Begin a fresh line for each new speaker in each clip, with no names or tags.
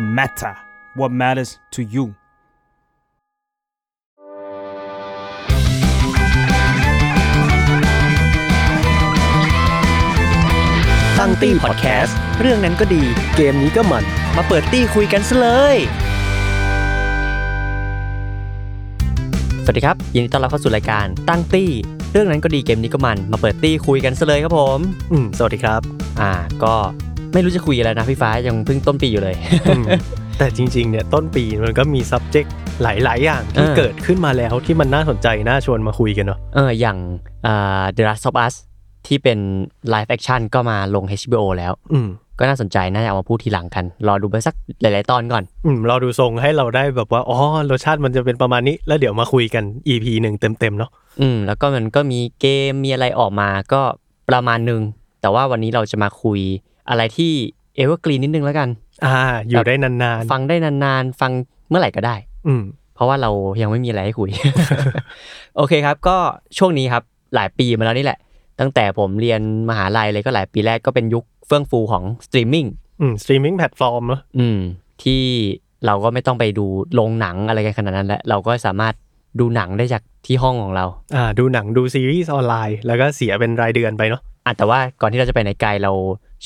matter what matters to you
ตั้งตี้พอดแคสต์เรื่องนั้นก็ดี เกมนี้ก็มัน มาเปิดตี้คุยกันซะเลย สวัสดีครับยินดีต้อนรับเข้าสู่รายการตั้งตี้ เรื่องนั้นก็ดีเกมนี้ก็มัน มาเปิดตี้คุยกันซะเลยครับผม
อืมสวัสดีครับ
อ่า ก็ไม่รู้จะคุยอะไรนะพี่ฟ้ายังเพิ่งต้นปีอยู่เลย
อืมแต่จริงๆ เนี่ยต้นปีมันก็มี subject หลาย ๆ อย่างที่
เออ
เกิดขึ้นมาแล้วที่มันน่าสนใจ น่าชวนมาคุยกันเนาะ
เอออย่างอ่า The Last of Us ที่เป็น live action ก็มาลง HBO แล้ว
อืม
ก็น่าสนใจน่าจะเอามาพูดทีหลังกัน รอดูไปสักหลาย ๆ ตอนก่อน
อืมเราดูทรงให้เราได้แบบว่า อ๋อ รสชาติมันจะเป็นประมาณนี้ แล้วเดี๋ยวมาคุยกัน EP หนึ่งเต็ม ๆ เนาะ
อืมแล้วก็มันก็มีเกมมีอะไรออกมาก็ประมาณหนึง แต่ว่าวันนี้เราจะมาคุยอะไรที่เอเวอร์กรีนนิดนึงแล้วกัน
อ่า อยู่ได้นาน
ฟังได้นานๆ ฟังเมื่อไหร่ก็ได้
ๆ อืม
เพราะว่าเรายังไม่มีอะไรให้คุย โอเคครับ ก็ช่วงนี้ครับหลายปีมาแล้วนี่แหละ ตั้งแต่ผมเรียนมหาลัยเลยก็หลายปีแรกก็เป็นยุคเฟื่องฟูของสตรีมมิ่ง
อืม streaming platform เนาะ
อืมที่เราก็ไม่ต้องไปดูโรงหนังอะไรกันขนาดนั้นแล้วเราก็สามารถดูหนังได้จากที่ห้องของเรา
อ่า ดูหนังดูซีรีส์ออนไลน์ แล้วก็เสียเป็นรายเดือนไปเนาะ
อ่ะแต่ว่าก่อนที่เราจะไปไหนไกลเรา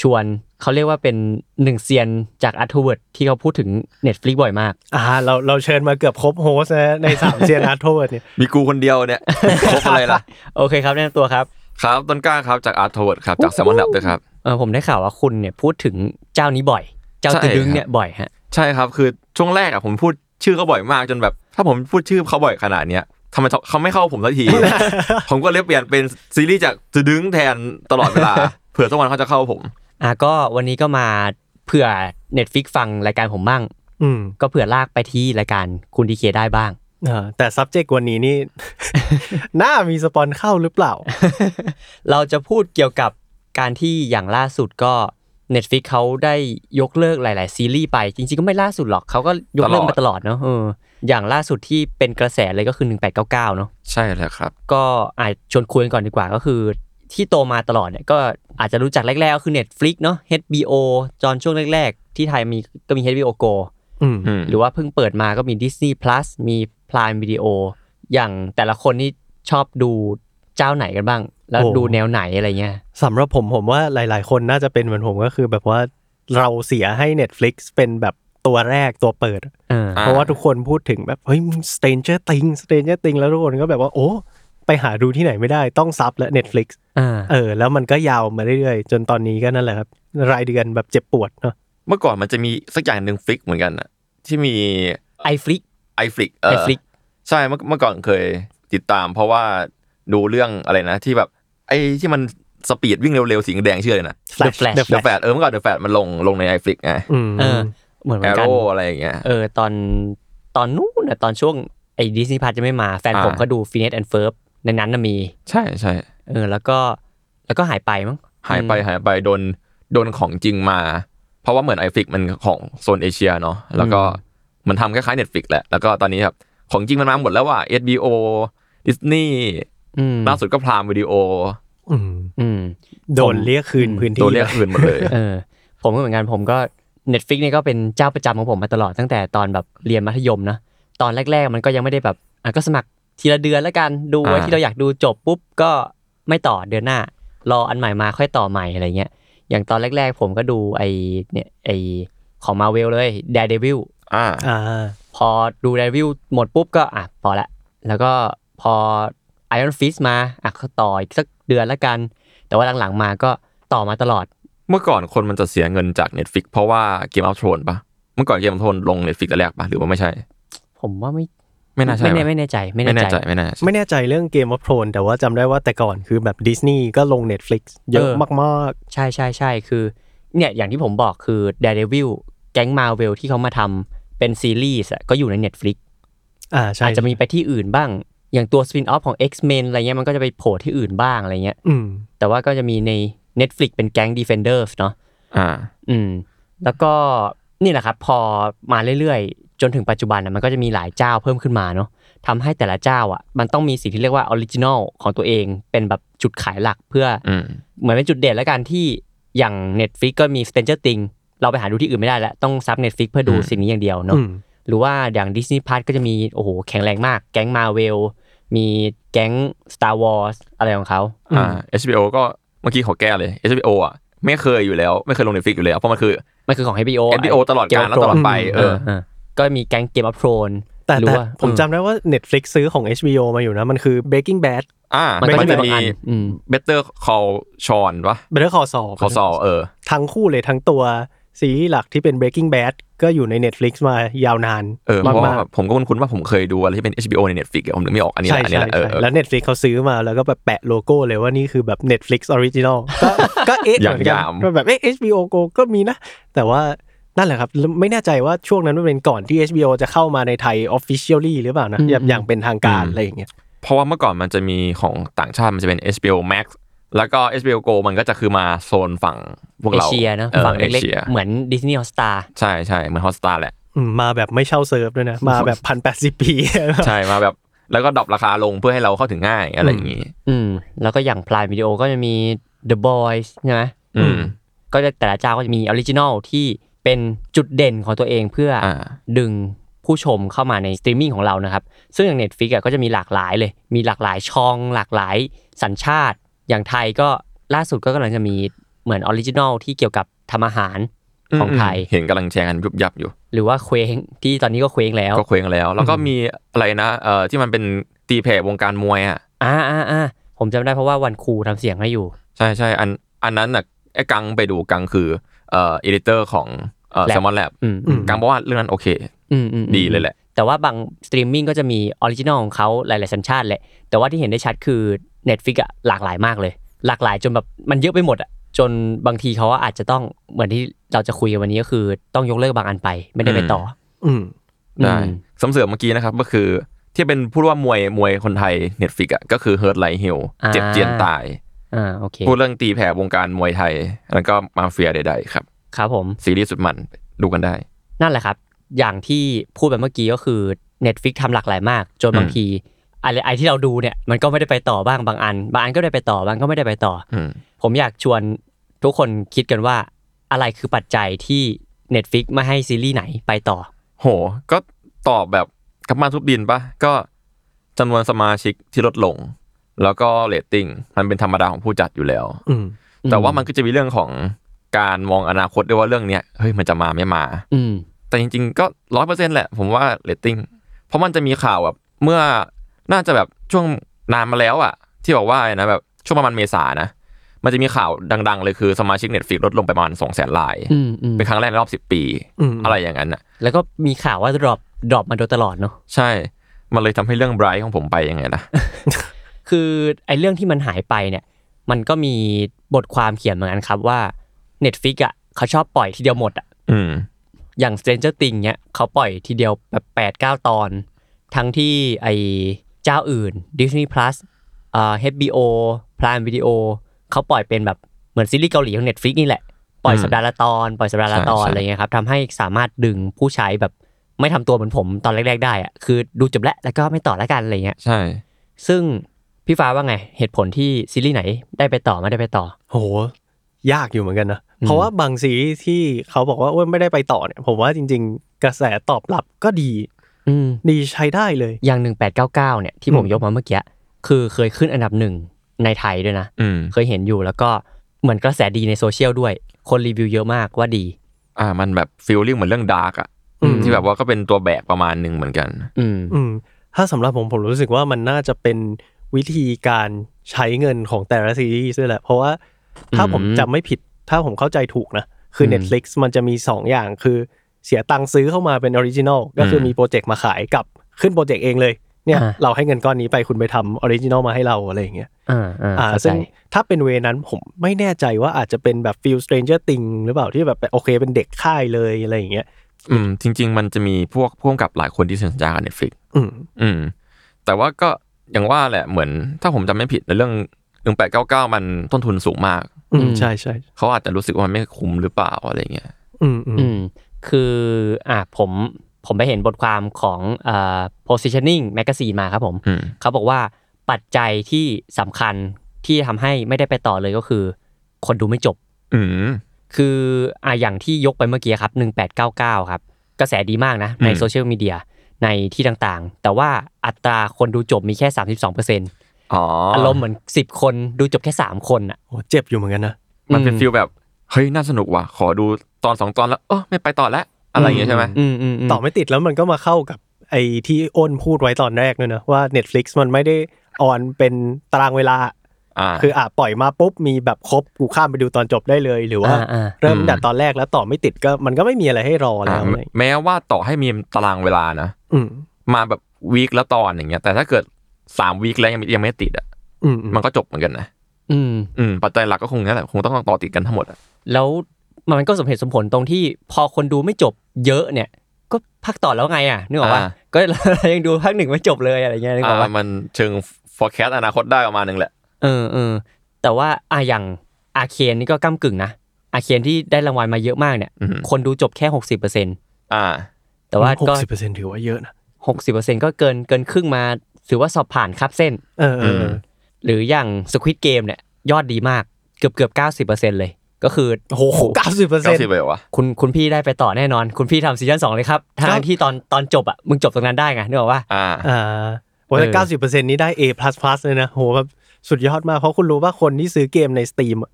ชวนเขาเรียกว่าเป็นหนึ่งเซียนจากอาร์ทเวิร์ดที่เขาพูดถึง Netflix บ่อยมาก
อ่า เราเราเชิญมาเกือบครบโฮสต์นะในสามเซียนอาร์ทเวิร์ดเนี่ย
มีกูคนเดียวเนี่ยครบอะไรล่ะ
โอเคครับแนะนำตัวครับ
ครับต้นกล้าครับจากอาร์ทเวิร์ดครับ จากแซมมอนดับด้วยครับ
เออผมได้ข่าวว่าคุณเนี่ยพูดถึงเจ้านี้บ่อย เจ้า
ใช่
ตึดึง
ครับ
เนี่ยบ่อยฮะ
ใช่ครับ คือช่วงแรกอะผมพูดชื่อเขาบ่อยมากจนแบบ ถ้าผมพูดชื่อเขาบ่อยขนาดเนี้ยทำไมเขาไม่เข้าผมสักที ผมก็เลยเปลี่ยนเป็นซีรีส์จากจะดึงแทนตลอดเวลา เผื่อสักวันเขาจะเข้าผม
อ่ะก็วันนี้ก็มาเผื่อ Netflix ฟังรายการผมบ้าง
อืม
ก็เผื่อลากไปที่รายการคุณดีเคได้บ้าง
อ่าแต่ subject วันนี้นี่ น่ามีสปอนเข้าหรือเปล่า
เราจะพูดเกี่ยวกับการที่อย่างล่าสุดก็ Netflix เขาได้ยกเลิกหลาย ๆ ซีรีส์ไป จริง ๆ ก็ไม่ล่าสุดหรอกเขาก็ยกเลิกมาตลอดเนาะเอออย่างล่าสุดที่เป็นกระแสเลยก็คือ 1899 เนาะ
ใช่แล้วครับ
ก็อาจชวนคุยกันก่อนดีกว่าก็คือ ที่โตมาตลอดเนี่ยก็อาจจะรู้จักแรก ๆ ก็คือ Netflix เนาะ HBO จอนช่วงแรก ๆ ที่ไทยมีก็มี HBO Go
อืม
อืม
หรือว่าเพิ่งเปิดมาก็มี Disney Plus มี Prime Video อย่างแต่ละคนนี่ชอบดูเจ้าไหนกันบ้าง แล้ว
โอ้
ดูแนวไหนอะไรเงี้ย
สำหรับผมผมว่าหลาย ๆ คนน่าจะเป็นเหมือนผมก็คือแบบว่าเราเสียให้ Netflix เป็นแบบตัวแรกตัวเปิด
เออ
เพ
อ่
ราะว่าทุกคนพูดถึงแบบ เฮ้ยมึง Stranger Things Stranger Things แล้วทุกคนก็แบบว่า โอ้ ไปหาดูที่ไหนไม่ได้ต้องซับและ Netflix
อ่า
เออ แล้วมันก็ยาวมาเรื่อย ๆ จนตอนนี้ก็นั่นแหละครับ รายเดือนแบบเจ็บปวดเนาะ
เมื่อก่อนมันจะมีสักอย่างหนึ่งฟลิกเหมือนกันอะที่มี
ไอฟลิก
ไอฟลิกเอ
ไอ
อ
ฟลิก
ใช่เมื่อเมื่อก่อนเคยติดตาม เพราะว่าดูเรื่องอะไรนะ ที่แบบไอ้ที่มันสปีดวิ่งเร็วๆสีแดงๆชื่อเลยนะ
เดอะแฟลช
The
เดอะ
Flash
แฟดเออเมื่อก่อนเดอะแฟดมันลงลงในไอฟลิกไง
อืม
เออ เหมือนเหมื
แอ
อนกัน
โร่อะไรอย่างเงี้ย
เออตอนตอนนู้นน่ะตอนช่วงไอ้ดิสนีย์พาจะไม่มาแฟน
อ่า
ผมก็ดูฟิน n น s แอนด์เฟิร์ในนั้นน่ะมี
ใช่ใช่
เออแล้วก็แล้วก็หายไปมั้ง
หายไปหายไปโดนโดนของจริงมา เพราะว่าเหมือนไอฟิกมันของโซนเอเชียเนาะแล้วก็เหมันทำคล้ายๆ Netflix แหละ แล้วก็ตอนนี้ครับ ของจริงมันมาหมดแล้วว่า HBO Disney
อืม
ล่าสุดก็พรามวิดีโอ
อืม
อืม
โดนเรียกคืน
อืม
พื้น
ตั
ที่
วเรียกอื่นหมด เลย
เออผมก็เหมือนกันผมก็ Netflix เนี่ยก็เป็นเจ้าประจำของผมมาตลอดตั้งแต่ตอนแบบเรียนมัธยมนะตอนแรก ๆ มันก็ยังไม่ได้แบบอ่ะก็สมัครทีละเดือนแล้วกันดูไว้
อ่า
ที่เราอยากดูจบปุ๊บก็ไม่ต่อเดือนหน้า รออันใหม่มาค่อยต่อใหม่อะไรเงี้ยอย่างตอนแรก ๆ ผมก็ดูไอเนี่ยไอของมาเวลเลย Daredevil
อ่า
อ่า
พอดู Daredevil หมดปุ๊บก็อ่ะพอละแล้วก็พอ Iron Fist มาอ่ะก็ต่ออีกสักเดือนละกัน แต่ว่าหลังๆมาก็ต่อมาตลอด
เมื่อก่อนคนมันจะเสียเงินจาก Netflix เพราะว่าเกมอัพโทนปะเมื่อก่อนเกมอัพโทนลง Netflix แต่แรกปะหรือว่าไม่ใช่
ผมว่าไม่
ไม่น่าใช่
ไม่แน่
ปะ
ไม่แน่ใจไม่
ไม่
แน่
แน่
ใจ
ใจไม่แน่ใจ
ไม่แน่ใจเรื่องเกมวอ r โทนแต่ว่าจำได้ว่าแต่ก่อนคือแบบดิสนีย์ก็ลง Netflix เยอะ
เออ
มาก
ใช่ใช่ใช่คือเนี่ยอย่างที่ผมบอกคือ Daredevil แก๊งมาเวลที่เขามาทำเป็นซีรีส์อะก็อยู่ใน Netflix
ๆ อ่าใช่
อาจจะมีไปที่อื่นบ้าง อย่างตัวสปินออฟของ X-Men อะไรเงี้ยมันก็จะไปโผล่ที่อื่นบ้างอะไรเงี้ย
อืม
แต่ว่าก็จะมีใน Netflix เป็นแก๊ง Defenders เนาะ
อ่า
อืมแล้วก็นี่แหละครับ พอมาเรื่อยๆ จนถึงปัจจุบันอะมันก็จะมีหลายเจ้าเพิ่มขึ้นมาเนาะทำให้แต่ละเจ้าอ่ะมันต้องมีสิ่งที่เรียกว่าออริจินอลของตัวเองเป็นแบบจุดขายหลักเพื่อ
อืม
เหมือนเป็นจุดเด่นแล้วกันที่อย่าง Netflix ก็มี Stranger Things เราไปหาดูที่อื่นไม่ได้แล้ว ต้องซับเน็ตฟิกเพื่อดู
อืม
สิ่งนี้อย่างเดียวเนาะ
อืม
หรือว่าอย่างดิสนีย์พาร์ก็จะมีโอ้โหแข็งแรงมาก แก๊งมาเวลมีแก๊ง Star Wars อะไรของเขา
อ่า HBO ก็เมื่อกี้ขอแก้เลย HBO อ่ะไม่เคยอยู่แล้วไม่เคยลง Netflix อยู่แล้ว เพราะมันคือ
มันคือของ HBO อะ
HBO ตลอดกาล
Game
และ
of
ตลอด
Thrones
ไปเออ
เออก็มีแก๊งเกมอัพโทน
แต่
หรื
แต่
อว่า
ผมจำได้ว่า Netflix ซื้อของ HBO มาอยู่นะ มันคือ Breaking Bad
อ่า
มั
มัน
ก็
น
จะ
จะ
มีบาง
มี
อันอืม
Better Call Sean ปะ
Better Call Saul
Call Saul เออ
ทั้งคู่เลยทั้งตัวซีรีส์หลักที่เป็น Breaking Bad ก็อยู่ใน Netflix มายาวนาน
เออเพ
มา
ราะว่าก ผมก็คุ้นๆว่าผมเคยดูอะไรที่เป็น HBO ใน Netflix อะผมนึกไม่ออกอัน
ๆ
นี้แห
ใช่
ละอัน
ใช่
นี้แหละเออ
ใช่
เออ
แล้ว Netflix เขาซื้อมาแล้วก็แบบแปะโลโก้เลยว่านี่คือแบบ Netflix Original ก็ก็เอ๊ะ
อ
เห
ย่าง
มือนกัน
หยาม
ก็แบบเอ๊ะ HBO Go ก็มีนะ แต่ว่านั่นแหละครับแล้วไม่แน่ใจว่าช่วงนั้นมันเป็นก่อนที่ HBO จะเข้ามาในไทย officially หรือเปล่านะ
อืม
แบบอย่างเป็นทางการอะไรอย่างเงี้ย
เพราะว่าเมื่อก่อนมันจะมีของต่างชาติมันจะเป็น HBO Max แล้วก็ HBO Go มันก็จะคือมาโซนฝั่งพวก
เอ
เรา
เชียนะ
ออ
ฝั่งเล็ก
ชีย
ๆ เหมือนดิสนีย์ฮอสตา
ใช่ใช่เหมือน Hotstar แหละ
อืมมาแบบไม่เช่าเซิร์ฟด้วยนะ มา แบบพันแปดสิบปี
ใช่มาแบบแล้วก็ดรอปราคาลงเพื่อให้เราเข้าถึงง่ายอะไรอย่างนี้
อืมแล้วก็อย่างพลายวิดีโอก็จะมี The Boys ใช่ไหม
อืม
ก็จะแต่ละเจ้าก็จะมีออริจินอลที่เป็นจุดเด่นของตัวเองเพื่ออ
อ่า
ดึงผู้ชมเข้ามาในสตรีมมิ่งของเรานะครับ ซึ่งอย่าง Netflix อ่ะก็จะมีหลากหลายเลย มีหลากหลายช่อง หลากหลายสัญชาติ อย่างไทยก็ล่าสุดก็กำลังจะมีเหมือนออริจินอลที่เกี่ยวกับทำอาหารของไทย
มเห็นกำลังแชร์กันยุบยับอยู่
หรือว่าเคว้งที่ตอนนี้ก็เคว้งแล้ว
ก็เคว้งแล้ว แล้วก็มีอะไรนะเอ่อที่มันเป็นตีแผ่วงการมวยอ่ะ
อ่าอ่าอ่าผมจำได้เพราะว่าวันครูทำเสียงให้อยู่
ใช่ใช่อันอันนั้นน่ะไอ้กังไปดูกังคือเอ่อเอดิเตอร์ของเอ่อ
Lab
แซมมอนแลบ
อืมอืม
กังบอกว่าเรื่องนั้นโอเค
อืมอืม
ดีเลยแหละ
แต่ว่าบางสตรีมมิ่งก็จะมีออริจินอลของเขาหลาย ๆ สัญชาติแหละ แต่ว่าที่เห็นได้ชัดคือ Netflix อะหลากหลายมากเลย หลากหลายจนแบบมันเยอะไปหมดอะจนบางทีเขาอาจจะต้องเหมือนที่เราจะคุยกันวันนี้ก็คือต้องยกเลิกบางอันไปไม่ได้ไปต่อ
อืม
อ
ได้
อืม
สำเสริมเมื่อกี้นะครับก็คือ ที่เป็นพูดว่ามวยมวยคนไทยเน็ตฟิกอ่ะก็คือเฮิร์ตไลท์ฮิลเจ็บเจียนตาย
อ่าโอเค
พูดเรื่องตีแผ่วงการมวยไทย แล้วก็มาเฟียใดๆครับ
ครับผม
ซีรีส์สุดมันดูกันได้
นั่นแหละครับ อย่างที่พูดไปเมื่อกี้ก็คือ Netflix ทำหลากหลายมาก จนบาง
อืม
ทีอะไรไอที่เราดูเนี่ยมันก็ไม่ได้ไปต่อบ้างบางอัน บางอันก็ได้ไปต่อบางก็ไม่ได้ไปต่อ
อืม
ผมอยากชวนทุกคนคิดกันว่าอะไรคือปัจจัยที่ Netflix ไม่ให้ซีรีส์ไหนไปต่อ
โห ก็ตอบแบบกลับมาทุบดินปะก็จำนวนสมาชิกที่ลดลง แล้วก็เรตติ้งมันเป็นธรรมดาของผู้จัดอยู่แล้ว
อืม
แต่ว่ามันก็จะมีเรื่องของการมองอนาคตด้วยว่าเรื่องเนี้ยเฮ้ยมันจะมาไม่มา
อืม
แต่จริงๆก็ร้อยเปอร์เซ็นต์แหละ ผมว่าเรตติ้งเพราะมันจะมีข่าวแบบเมื่อน่าจะแบบช่วงนานมาแล้วอะที่บอกว่าอะไรนะแบบช่วงประมาณเมษานะ มันจะมีข่าวดัง ๆ เลยคือสมาชิกเน็ตฟิกลดลงไปประมาณสองแสนราย
อืมอืม
เป็นครั้งแรกในรอบสิบปี
อืม
อะไรอย่างนั้นอะ
แล้วก็มีข่าวว่าดรอปดรอปมาโดยตลอดเนาะ
ใช่ มันเลยทำให้เรื่องไบรท์ของผมไปยังไงล่ะ
คือไอ้เรื่องที่มันหายไปเนี่ย มันก็มีบทความเขียนเหมือนกันครับว่า Netflix อ่ะเขาชอบปล่อยทีเดียวหมดอ่ะ
อืม
อย่าง Stranger Things เนี่ยเขาปล่อยทีเดียวแบบ8ปดเก้าตอน ทั้งที่ไอ้เจ้าอื่น Disney Plus อ่า HBO Prime Video เขาปล่อยเป็นแบบเหมือนซีรีส์เกาหลีของ Netflix นี่แหละ ปล่อย
อืม
สัปดาห์ละตอน ปล่อยสัปดาห์ละตอน
ใช่ใช่
อะไรเงี้ยครับทำให้สามารถดึงผู้ใช้แบบไม่ทำตัวเหมือนผมตอนแรก ๆ ได้อะคือดูจบแล้วแล้วก็ไม่ต่อแล้วกันอะไรเงี้ย
ใช่
ซึ่งพี่ฟ้าว่าไงเหตุผลที่ซีรีส์ไหนได้ไปต่อไม่ได้ไปต่อ
โห ยากอยู่เหมือนกันนะ เพราะว่าบางซีรีส์ที่เขาบอกว่าโอ้ยไม่ได้ไปต่อเนี่ย ผมว่าจริง ๆ กระแสตอบรับก็ดี
อืม
ดีใช้ได้เลย
อย่างหนึ่งแปดเก้าเก้าเนี่ยที่ผม
อืม
ยกมาเมื่อกี้คือเคยขึ้นอันดับหนึ่งในไทยด้วยนะ
อืม
เคยเห็นอยู่แล้วก็เหมือนกระแสดีในโซเชียลด้วย คนรีวิวเยอะมากว่าดี
อ่า มันแบบฟีลลิ่งเหมือนเรื่องดาร์กอะ
อืม
ที่แบบว่าก็เป็นตัวแบกประมาณหนึ่งเหมือนกัน
อืม
อืม ถ้าสำหรับผมผมรู้สึกว่ามันน่าจะเป็นวิธีการใช้เงินของแต่ละซีรีส์ด้วยแหละ เพราะว่าถ้าผมจำไม่ผิด ถ้าผมเข้าใจถูกนะ คืออ
ม
Netflix มันจะมี 2 อย่างคือเสียตังค์ซื้อเข้ามาเป็นออริจินอลก็คืออ
ม
มีโปรเจกต์มาขายกับขึ้นโปรเจกต์เองเลยเนี่ย
อ่า
เราให้เงินก้อนนี้ไปคุณไปทำออริจินอลมาให้เราอะไรอย่างเงี้ย
อ่าอ่า
อ่า
เข้าใจ
ซึ่งถ้าเป็นเวนั้นผมไม่แน่ใจว่าอาจจะเป็นแบบฟิลสเตรนเจอร์ติงหรือเปล่าที่แบบโอเคเป็นเด็กค่ายเลยอะไรอย่างเงี้ย
อืม จริง ๆ มันจะมีพวกพ่วงกับหลายคนที่เซ็นสัญญากับเน็ตฟลิก
อืม
อืม แต่ว่าก็อย่างว่าแหละเหมือน ถ้าผมจำไม่ผิดในเรื่องหนึ่งแปดเก้าเก้ามันต้นทุนสูงมาก
อืมใช่ใช่
เขาอาจจะรู้สึกว่ามันไม่คุ้มหรือเปล่าอะไรเงี้ย
อืมอืม
อืมคืออ่าผมผมไปเห็นบทความของอ่า positioning magazine มาครับผม
อืม
เขาบอกว่าปัจจัยที่สำคัญที่ทำให้ไม่ได้ไปต่อเลยก็คือ คนดูไม่จบ
อืม
คืออ่ะอย่างที่ยกไปเมื่อกี้ครับ 1899 ครับ กระแสดีมากนะ ใน
อืม
โซเชียลมีเดียในที่ต่างๆ แต่ว่าอัตราคนดูจบมีแค่ 32%อ
อ๋ออ
ารมณ์เหมือน 10 คนดูจบแค่ 3 คนอ่ะ
โอ้เจ็บอยู่เหมือนกันนะ
มันเป็น
อื
ฟิลแบบเฮ้ยน่าสนุกว่ะขอดูตอนสองตอนแล้วเออไม่ไปต่อแล้วอะไรอย่างเงี้ยใช่ไหม
อืมอืมม
ต่อไม่ติดแล้วมันก็มาเข้ากับไอ้ที่อ้นพูดไว้ตอนแรกเนี่ยนะว่า Netflix มันไม่ได้ออนเป็นตารางเวลา
อ่า
คืออ่ะปล่อยมาปุ๊บมีแบบครบกูข้ามไปดูตอนจบได้เลย หรือว่า
อ่าอ่า
เริ่ม
อืม
แต่ตอนแรกแล้วต่อไม่ติดก็มันก็ไม่มีอะไรให้รอแล้ว
อ่า
อะไร
แม้ว่าต่อให้มีตารางเวลานะ
อืม
มาแบบวีคละตอนอย่างเงี้ย แต่ถ้าเกิดสามวีคแล้วยังไม่ยังไม่ติดอ่ะ
อืมอืม
มันก็จบเหมือนกันนะ
อืม
อืมปัจจัยหลักก็คงนั่นแหละคงต้องต่อติดกันทั้งหมดอะ
แล้วมันก็สมเหตุสมผลตรงที่พอคนดูไม่จบเยอะเนี่ย ก็พักต่อแล้วไงอ่ะนึกออกว่า
อ่า
ก็ ยังดูภาคหนึ่งไม่จบเลยอะไรเงี้ยนึกออก
อ่า
ว่า
มันเชิง forecast อนาคตได้ประมาณนึงแหละ
เออเออแต่ว่าอ่ะอย่างอาเคนนี่ก็ก้ากึ่งนะอาเคนที่ได้รางวัลมาเยอะมากเนี่ย
อือหือ
คนดูจบแค่หกสิบเปอร์เซ็น
อ่า
แต่ว่า
หก
ก็
สิบเปอร์เซ็นต์ถือว่าเยอะนะ
หกสิบเปอร์เซ็นก็เกินเกินครึ่งมาถือว่าสอบผ่านครับเส้น
เออเออเออ
หรืออย่างสควิตเกมเนี่ยยอดดีมากเกือบเกือบเก้าสิบเปอร์เซ็นเลย ก็คือ
โอ้โหเก้าสิบเปอร์เซ็
เก้าน
ต์
สิบเลยวะ
คุณคุณพี่ได้ไปต่อแน่นอน คุณพี่ทำซีซั่นสองเลยครับ
ครั
ทาง
บ
ที่ตอนตอนจบอ่ะมึงจบตรงนั้นได้ไงนึกออกว่า
อ่า
อ่าโอ้แต่
เออ
เก้าสิบเปอร์เซ็นต์นี้ได้ A เลยนะโหแบบสุดยอดมาก เพราะคุณรู้ว่าคนที่ซื้อเกมใน Steam อะ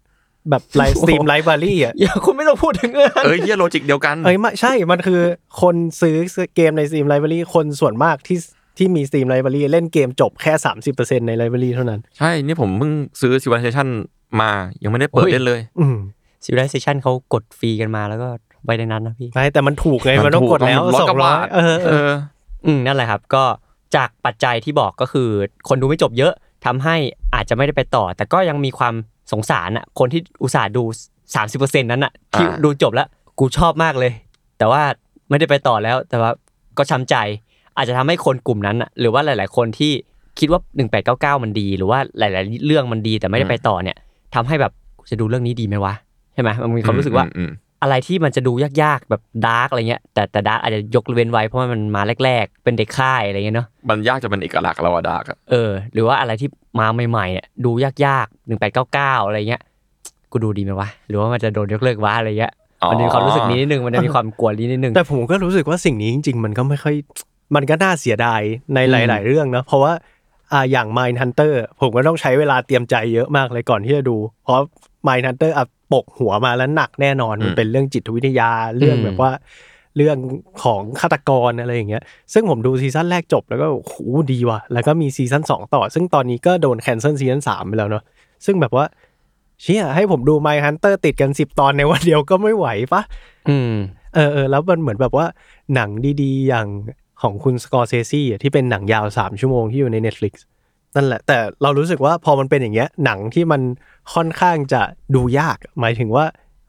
แบบไลฟ์ Steam Library อ่ะ
อย่าคุณไม่ต้องพูดถึงเรื่องนั้น
เอ้ยเยี่ยโลจิกเดียวกัน
เอ้ยไม่ใช่ มันคือคนซื้อเกมใน Steam Library คนส่วนมากที่ที่มี Steam Library เล่นเกมจบแค่ 30%ใน Library เท่านั้น
ใช่ นี่ผมเพิ่งซื้อ Civilization มายังไม่ได้เปิดเล่นเลย
อืม
ซิวิไลเซชันเขากดฟรีกันมาแล้วก็ไว้ในนั้นนะพี่
ไม่แต่มันถูกไง มันต้องกดแล้ว
มัน
สอ
ถู
ก
ต้องงร้
ร้
อ
อย ย
กว่าบาท
เออเอ
เอ
อ
อ
อืมนั่นแหละครับ ก็จากปัจจัยที่บอกก็คือ คนดูไม่จบเยอะทำให้อาจจะไม่ได้ไปต่อ แต่ก็ยังมีความสงสารอ่ะคนที่อุตส่าห์ดู 30%นั้นอ่ะที่
อ่า
ดูจบแล้ว กูชอบมากเลย แต่ว่าไม่ได้ไปต่อแล้วแต่ว่าก็ช้ำใจ อาจจะทำให้คนกลุ่มนั้นอ่ะหรือว่าหลาย ๆ คนที่คิดว่า 1899 มันดี หรือว่าหลาย ๆ เรื่องมันดีแต่ไม่ได้ไปต่อเนี่ยทำให้แบบกูจะดูเรื่องนี้ดีไหมวะใช่ไหมมันมีความรู้สึกว่า
อืมอืม
อะไรที่มันจะดูยากๆ แบบดาร์กอะไรเงี้ยแต่แต่ดาร์กอาจจะยกเว้นไว้เพราะว่ามันมาแรกๆ เป็นเด็กค่ายอะไรเงี้ยเนาะ
มันยากจะเป็นเอกลักษณ์เราอะดาร์กอะ
เออหรือว่าอะไรที่มาใหม่ๆเนี่ยดูยากๆหนึ่งแปดเก้าเก้าอะไรเงี้ยกูดูดีไหมวะหรือว่ามันจะโดนยกเลิกวะอะไรเงี้ย
อ๋อ
มันมีความรู้สึกนี้นิดนึงมันจะมีความกลัวนี้นิดนึง
แต่ผมก็รู้สึกว่าสิ่งนี้จริง ๆ มันก็ไม่ค่อย มันก็น่าเสียดายในหลาย ๆ เรื่องนะ เพราะว่าอ่าอย่าง Mind Hunter ผมก็ต้องใช้เวลาเตรียมใจเยอะมากเลยก่อนที่จะดู เพราะ Mind Hunter อ่ะปกหัวมาแล้วหนักแน่นอนมันเป็นเรื่องจิตวิทยาเรื่องแบบว่า เรื่องของฆาตกรอะไรอย่างเงี้ย ซึ่งผมดูซีซั่นแรกจบแล้วก็โอ้โหดีว่ะ แล้วก็มีซีซั่นสองต่อ ซึ่งตอนนี้ก็โดนแคนเซิลซีซั่นสามไปแล้วเนาะ ซึ่งแบบว่า เชี่ยให้ผมดู My Hunter ติดกัน 10 ตอนในวันเดียวก็ไม่ไหวปะ
อืม
เออเออแล้วมันเหมือนแบบว่าหนังดีๆ อย่างของคุณสกอร์เซซี่ที่เป็นหนังยาว 3 ชั่วโมงที่อยู่ใน Netflix นั่นแหละ แต่เรารู้สึกว่าพอมันเป็นอย่างเงี้ยหนังที่มันค่อนข้างจะดูยาก หมายถึงว่า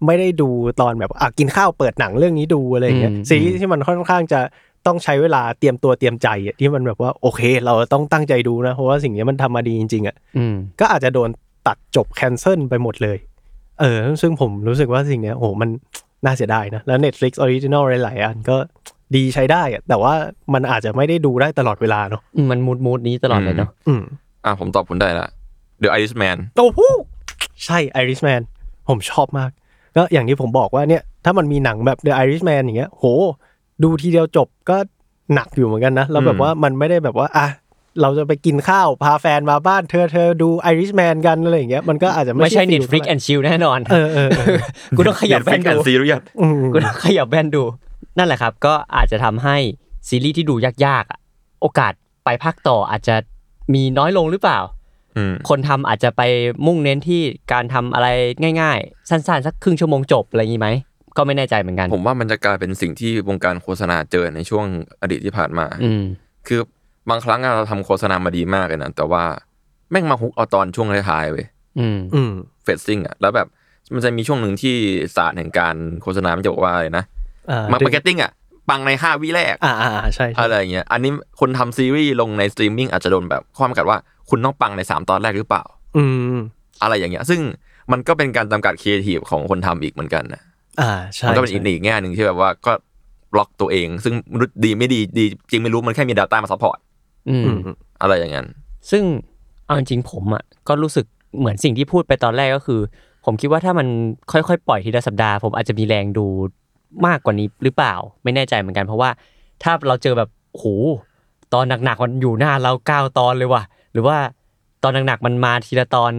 ไม่ได้ดูตอนแบบอ่ะกินข้าวเปิดหนังเรื่องนี้ดูอะไรอย่างเงี้ย
อืม
ซีรีส์ที่มันค่อนข้างจะต้องใช้เวลาเตรียมตัวเตรียมใจอะที่มันแบบว่าโอเค เราต้องตั้งใจดูนะเพราะว่าสิ่งเนี้ยมันทำมาดีจริงๆอ่ะ
อืม
ก็อาจจะโดนตัดจบแคนเซิลไปหมดเลย เออ ซึ่งผมรู้สึกว่าสิ่งเนี้ยโอ้โหมัน น่าเสียดายนะ แล้ว Netflix Original หลายๆอันก็ดีใช้ได้อะแต่ว่ามันอาจจะไม่ได้ดูได้ตลอดเวลาเนอะ
มันมูดมูดนี้ตลอดเลยเนาะ
อืม
อ่าผมตอบคุณได้ละ The Irishman
โอ้โหใช่ Irishman ผมชอบมาก ก็อย่างที่ผมบอกว่าเนี่ย ถ้ามันมีหนังแบบ The Irishman อย่างเงี้ย โห ดูทีเดียวจบก็หนักอยู่เหมือนกันนะ แล้วแบบว่ามันไม่ได้แบบว่าอ่ะเราจะไปกินข้าวพาแฟนมาบ้านเธอเธอดู Irishman กันอะไรอย่างเงี้ยมันก็อาจจะ
ไม่
ไม่
ใช่
ฟิล
Netflix and Chill แน่นอน
เออเออเออ
กูต้องขยับแว่นดู
ซีรีส์
อืม
กูต้องขยับแว่นดู นั่นแหละครับ ก็อาจจะทำให้ซีรีส์ที่ดูยากๆอะโอกาสไปภาคต่ออาจจะมีน้อยลงหรือเปล่า
อืม
คนทำอาจจะไปมุ่งเน้นที่การทำอะไรง่ายๆ สั้นๆ สักครึ่งชั่วโมงจบอะไรอย่างนี้ไหม ก็ไม่แน่ใจเหมือนกัน
ผมว่ามันจะกลายเป็นสิ่งที่วงการโฆษณาเจอในช่วงอดีตที่ผ่านมา
อืม
คือบางครั้งอะเราทำโฆษณามาดีมากเลยนะแต่ว่าแม่งมาฮุกเอาตอนช่วงท้ายๆเว้ย
อืม
อืม
เฟซซิ่งอ่ะแล้วแบบมันจะมีช่วงหนึ่งที่ศาสตร์แห่งการโฆษณามันจะบอกว่าอะไรนะ
อ่า
มาร์เก็ตติ้งอ่ะปังใน 5 วิแรก
อ่าอ่าใช่ใช่
อะไรอย่างเงี้ยอันนี้คนทำซีรีส์ลงในสตรีมมิ่งอาจจะโดนแบบข้อจำกัดว่าคุณต้องปังใน 3 ตอนแรกหรือเปล่า
อืม
อะไรอย่างเงี้ย ซึ่งมันก็เป็นการจำกัดครีเอทีฟของคนทำอีกเหมือนกันนะ
อ่าใช่
มันก็เป็นอีก
ใช่
อีกแง่หนึ่งที่แบบว่าก็บล็อกตัวเอง ซึ่งมนุษย์ดีไม่ดีดีจริงไม่รู้มันแค่มี Data มาซัพพอร์ต
อืม
อืม
อะไรอย่างเงี้ย
ซึ่งเอาจริงๆผมอ่ะก็รู้สึกเหมือนสิ่งที่พูดไปตอนแรกก็คือ ผมคิดว่าถ้ามันค่อยๆ ปล่อยทีละสัปดาห์ ผมอาจจะมีแรงดูมากกว่านี้หรือเปล่า ไม่แน่ใจเหมือนกัน เพราะว่าถ้าเราเจอแบบโอ้โหตอนหนักๆมันอยู่หน้าเราเก้าตอนเลยว่ะหรือว่าตอนหนักๆมันมาทีละตอน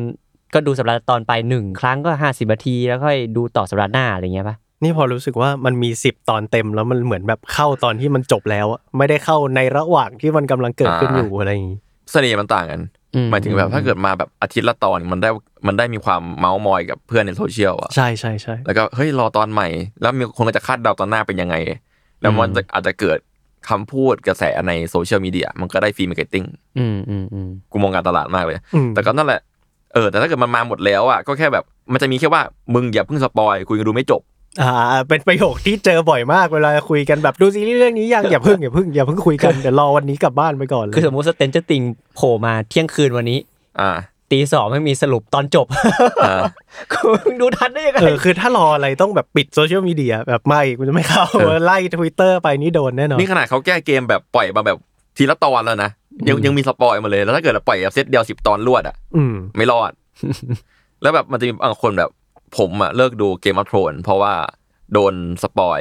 ก็ดูสัปดาห์ละตอนไปหนึ่งครั้งก็ห้าสิบนาทีแล้วค่อยดูต่อสัปดาห์หน้าอะไรเงี้ยปะ
นี่พอรู้สึกว่ามันมีสิบตอนเต็มแล้วมันเหมือนแบบเข้าตอนที่มันจบแล้วอะไม่ได้เข้าในระหว่างที่มันกำลังเกิดขึ้นอยู่อะไรอย่างงี้
เสน่ห์มันต่างกัน
อืม
หมายถึงแบบถ้าเกิดมาแบบอาทิตย์ละตอนมันได้มันได้มีความเมาส์มอยกับเพื่อนในโซเชียลอะ
ใช่ใช่ใช่
แล้วก็เฮ้ยรอตอนใหม่ แล้วมีคนก็จะคาดเดาตอนหน้าเป็นยังไง แล้วมันจะอาจจะเกิดคำพูดกระแสในโซเชียลมีเดียมันก็ได้ฟรีมาร์เก็ตติ้ง
อืมอืมอืม
กูมองการตลาดมากเลย
อืม
แต่ก็นั่นแหละ เออ แต่ถ้าเกิดมันมาหมดแล้วอ่ะ ก็แค่แบบ มันจะมีแค่ว่า มึงอย่าเพิ่งสปอย คุยกันดูไม่จบ
อ่าเป็นประโยคที่เจอบ่อยมากเวลาคุยกันแบบดูซีรีส์เรื่องนี้ยังอย่าเพิ่งอย่าเพิ่งอย่าเพิ่งคุยกันเดี๋ยวรอวันนี้กลับบ้านไปก่อนเลย
คือสมมุติสเตนเจอร์ติงโผล่มาเที่ยงคืนวันนี้
อ่า
ตีสองไม่มีสรุปตอนจบ
อ่า
คุณดูทันได้ยังไง
เออคือถ้ารออะไรต้องแบบปิดโซเชียลมีเดียแบบไม่กูจะไม่เข้า
เออ
ไล่ทวิตเตอร์ไปนี่โดนแน่นอน
นี่ขนาดเขาแก้เกมแบบปล่อยมาแบบทีละตอนแล้วนะ ยังยังมีสปอยมาเลย แล้วถ้าเกิดเราปล่อยแบบเซตเดียวสิบตอนรวดอ่ะ
อืม
ไม่รอด แล้วแบบมันจะมีบางคนแบบ ผมอ่ะเลิกดูเกมอัพโทนเพราะว่าโดนสปอย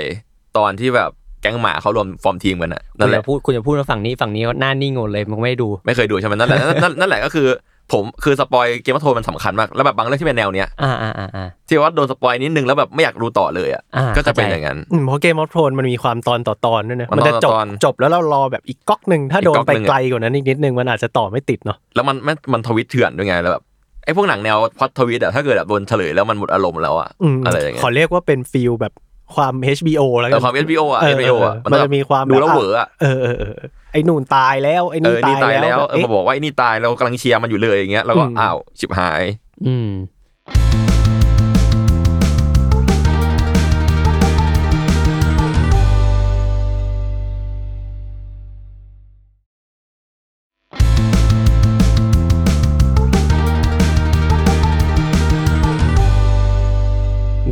ตอนที่แบบแก๊งหมาเขารวมฟอร์มทีมกันอ่ะ
คุ
นั่น
ณ
แห
จะ
ละ
พูดคุณจะพูดว่าฝั่งนี้ฝั่งนี้หน้านิ่งหมดเลยมันไม่ได้ดู
ไม่เคยดูใช่ไหมนั่นแหละ นั่นนั่นแหละก็คือ ผมคือสปอยเกมอัพโทนมันสำคัญมาก แล้วแบบบางเรื่องที่เป็นแนวเนี้ย
อ่าอ่าอ่าอ่า
ที่ว่าโดนสปอยนิดนึงแล้วแบบไม่อยากรู้ต่อเลยอ่ะ
อ่า
ก็จะเป็น
เข้าใจ
อย่างนั้น
อืมเพราะเกมออฟโทนมันมีความตอนต่อตอนด้วยนะ
มัน
มันจะจบ
ตอนต่อตอน
จบแล้วเรารอแบบอีกก๊อกหนึ่งถ้า
อีก
โดน
ก๊อก
ไป
หนึ่งอะ
ไกลกว่านั้นอีกนิดนึงมันอาจจะต่อไม่ติดเนาะ
แล้วมันมันมันทวิตเถื่อนด้วยไงแล้วแบบไอ้พวกหนังแนวพล็อดทวิตอะถ้าเกิดแบบโดนเฉลยแล้วมันหมดอารมณ์แล้วอะ
อืม
อะไรอย่างเงี้
ขอย เรียกว่าเป็นฟิลแบบความ HBO แล้วกั
แต่
น
ความ HBO อะ
เออ
HBO อะ
เออมันจะมีความ
ดูแล้ว
แบบ
เหวออะ
เออเออเออไอ้นู่นตายแล้วไอ้
เอ
นี่
อนี่
ตา
ตายย
แล้
แล้ว ว
แบบ
เออ
เอ๊ะ
มาบอกว่าไอ้นี่ตายเรากำลังเชียร์มันอยู่เลยอย่างเงี้ยแล้วก็
อืม
อ้าวชิบหาย
อืม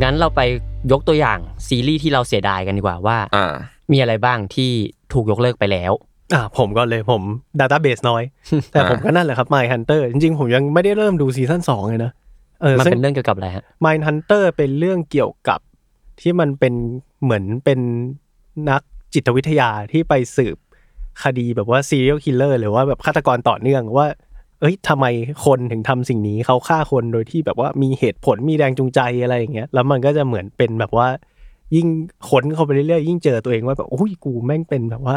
งั้นเราไปยกตัวอย่างซีรีส์ที่เราเสียดายกันดีกว่าว่า
อ่า
มีอะไรบ้างที่ถูกยกเลิกไปแล้ว
อ่ะผมก่อนเลยผมดัตต้าเบสน้อย แต่ผมก็นั่นแหละครับ Mind Hunter จริงๆ ผมยังไม่ได้เริ่มดูซีซั่นสองเลยนะเออ
มัน
ซึ่ง
เป็นเรื่องเกี่ยวกับอะไรฮะ
Mind Hunter เป็นเรื่องเกี่ยวกับที่มันเป็นเหมือนเป็นนักจิตวิทยาที่ไปสืบคดีแบบว่า serial killer หรือว่าแบบฆาตกรต่อเนื่องว่า เอ้ยทำไมคนถึงทำสิ่งนี้เขาฆ่าคนโดยที่แบบว่ามีเหตุผลมีแรงจูงใจอะไรอย่างเงี้ยแล้วมันก็จะเหมือนเป็นแบบว่า ยิ่งค้นเข้าไปเรื่อยๆยิ่งเจอตัวเองว่าแบบโอ้ยกูแม่งเป็นแบบว่า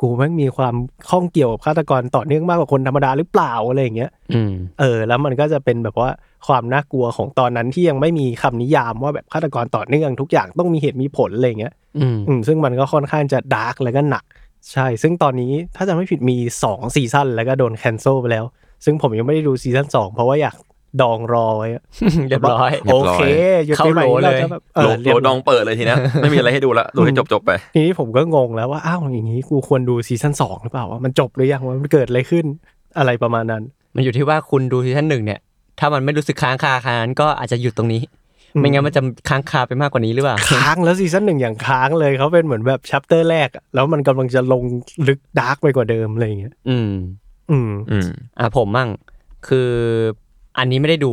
กูแม่งมีความข้องเกี่ยวกับฆาตกรต่อเนื่องมากกว่าคนธรรมดาหรือเปล่าอะไรอย่างเงี้ย
อืม
เออแล้วมันก็จะเป็นแบบว่าความน่ากลัวของตอนนั้นที่ยังไม่มีคำนิยามว่าแบบฆาตกรต่อเนื่องทุกอย่างต้องมีเหตุมีผลอะไรอย่างเงี้ย
อืม
อืมซึ่งมันก็ค่อนข้างจะดาร์กแล้วก็หนัก ใช่ ซึ่งตอนนี้ถ้าจะไม่ผิดมี 2 ซีซั่นแล้วก็โดนแคนเซิลไปแล้ว ซึ่งผมยังไม่ได้ดูซีซั่น2 เพราะว่าอยากดองรอไว้อะ
เรียบร้อย
เรีย
โอบ
ร้อย
เคหยุดปีใหม่นี้เราจะแบบเอ
โหล
อ
ด
เรีย
โหล
บ
ดด
ร้
อ
อย
งเปิดเลยที นะไม่มีอะไรให้ดูละดูให้จบจบๆไป
ทีนี้ผมก็งงแล้วว่าอ้าวอย่างนี้กูควรดูซีซั่น2หรือเปล่าว่ามันจบหรือยังว่ามันเกิดอะไรขึ้นอะไรประมาณนั้น
มันอยู่ที่ว่าคุณดูซีซั่นหนึ่งเนี่ย ถ้ามันไม่รู้สึกค้างคาขนาดนั้นก็อาจจะหยุดตรงนี้
อืม
ไม่งั้นมันจะค้างคาไปมากกว่านี้หรือเปล่า
ค้างแล้วซีซั่นหนึ่งอย่างค้างเลยเขาเป็นเหมือนแบบชัปเตอร์แรกอะแล้วมันกำลังจะลงลึกดาร์กไปกว่าเดิมอะไรอย่างเงี้ย
อืม
อืม
อืม
อ่ะผมมั่ง คืออันนี้ไม่ได้ดู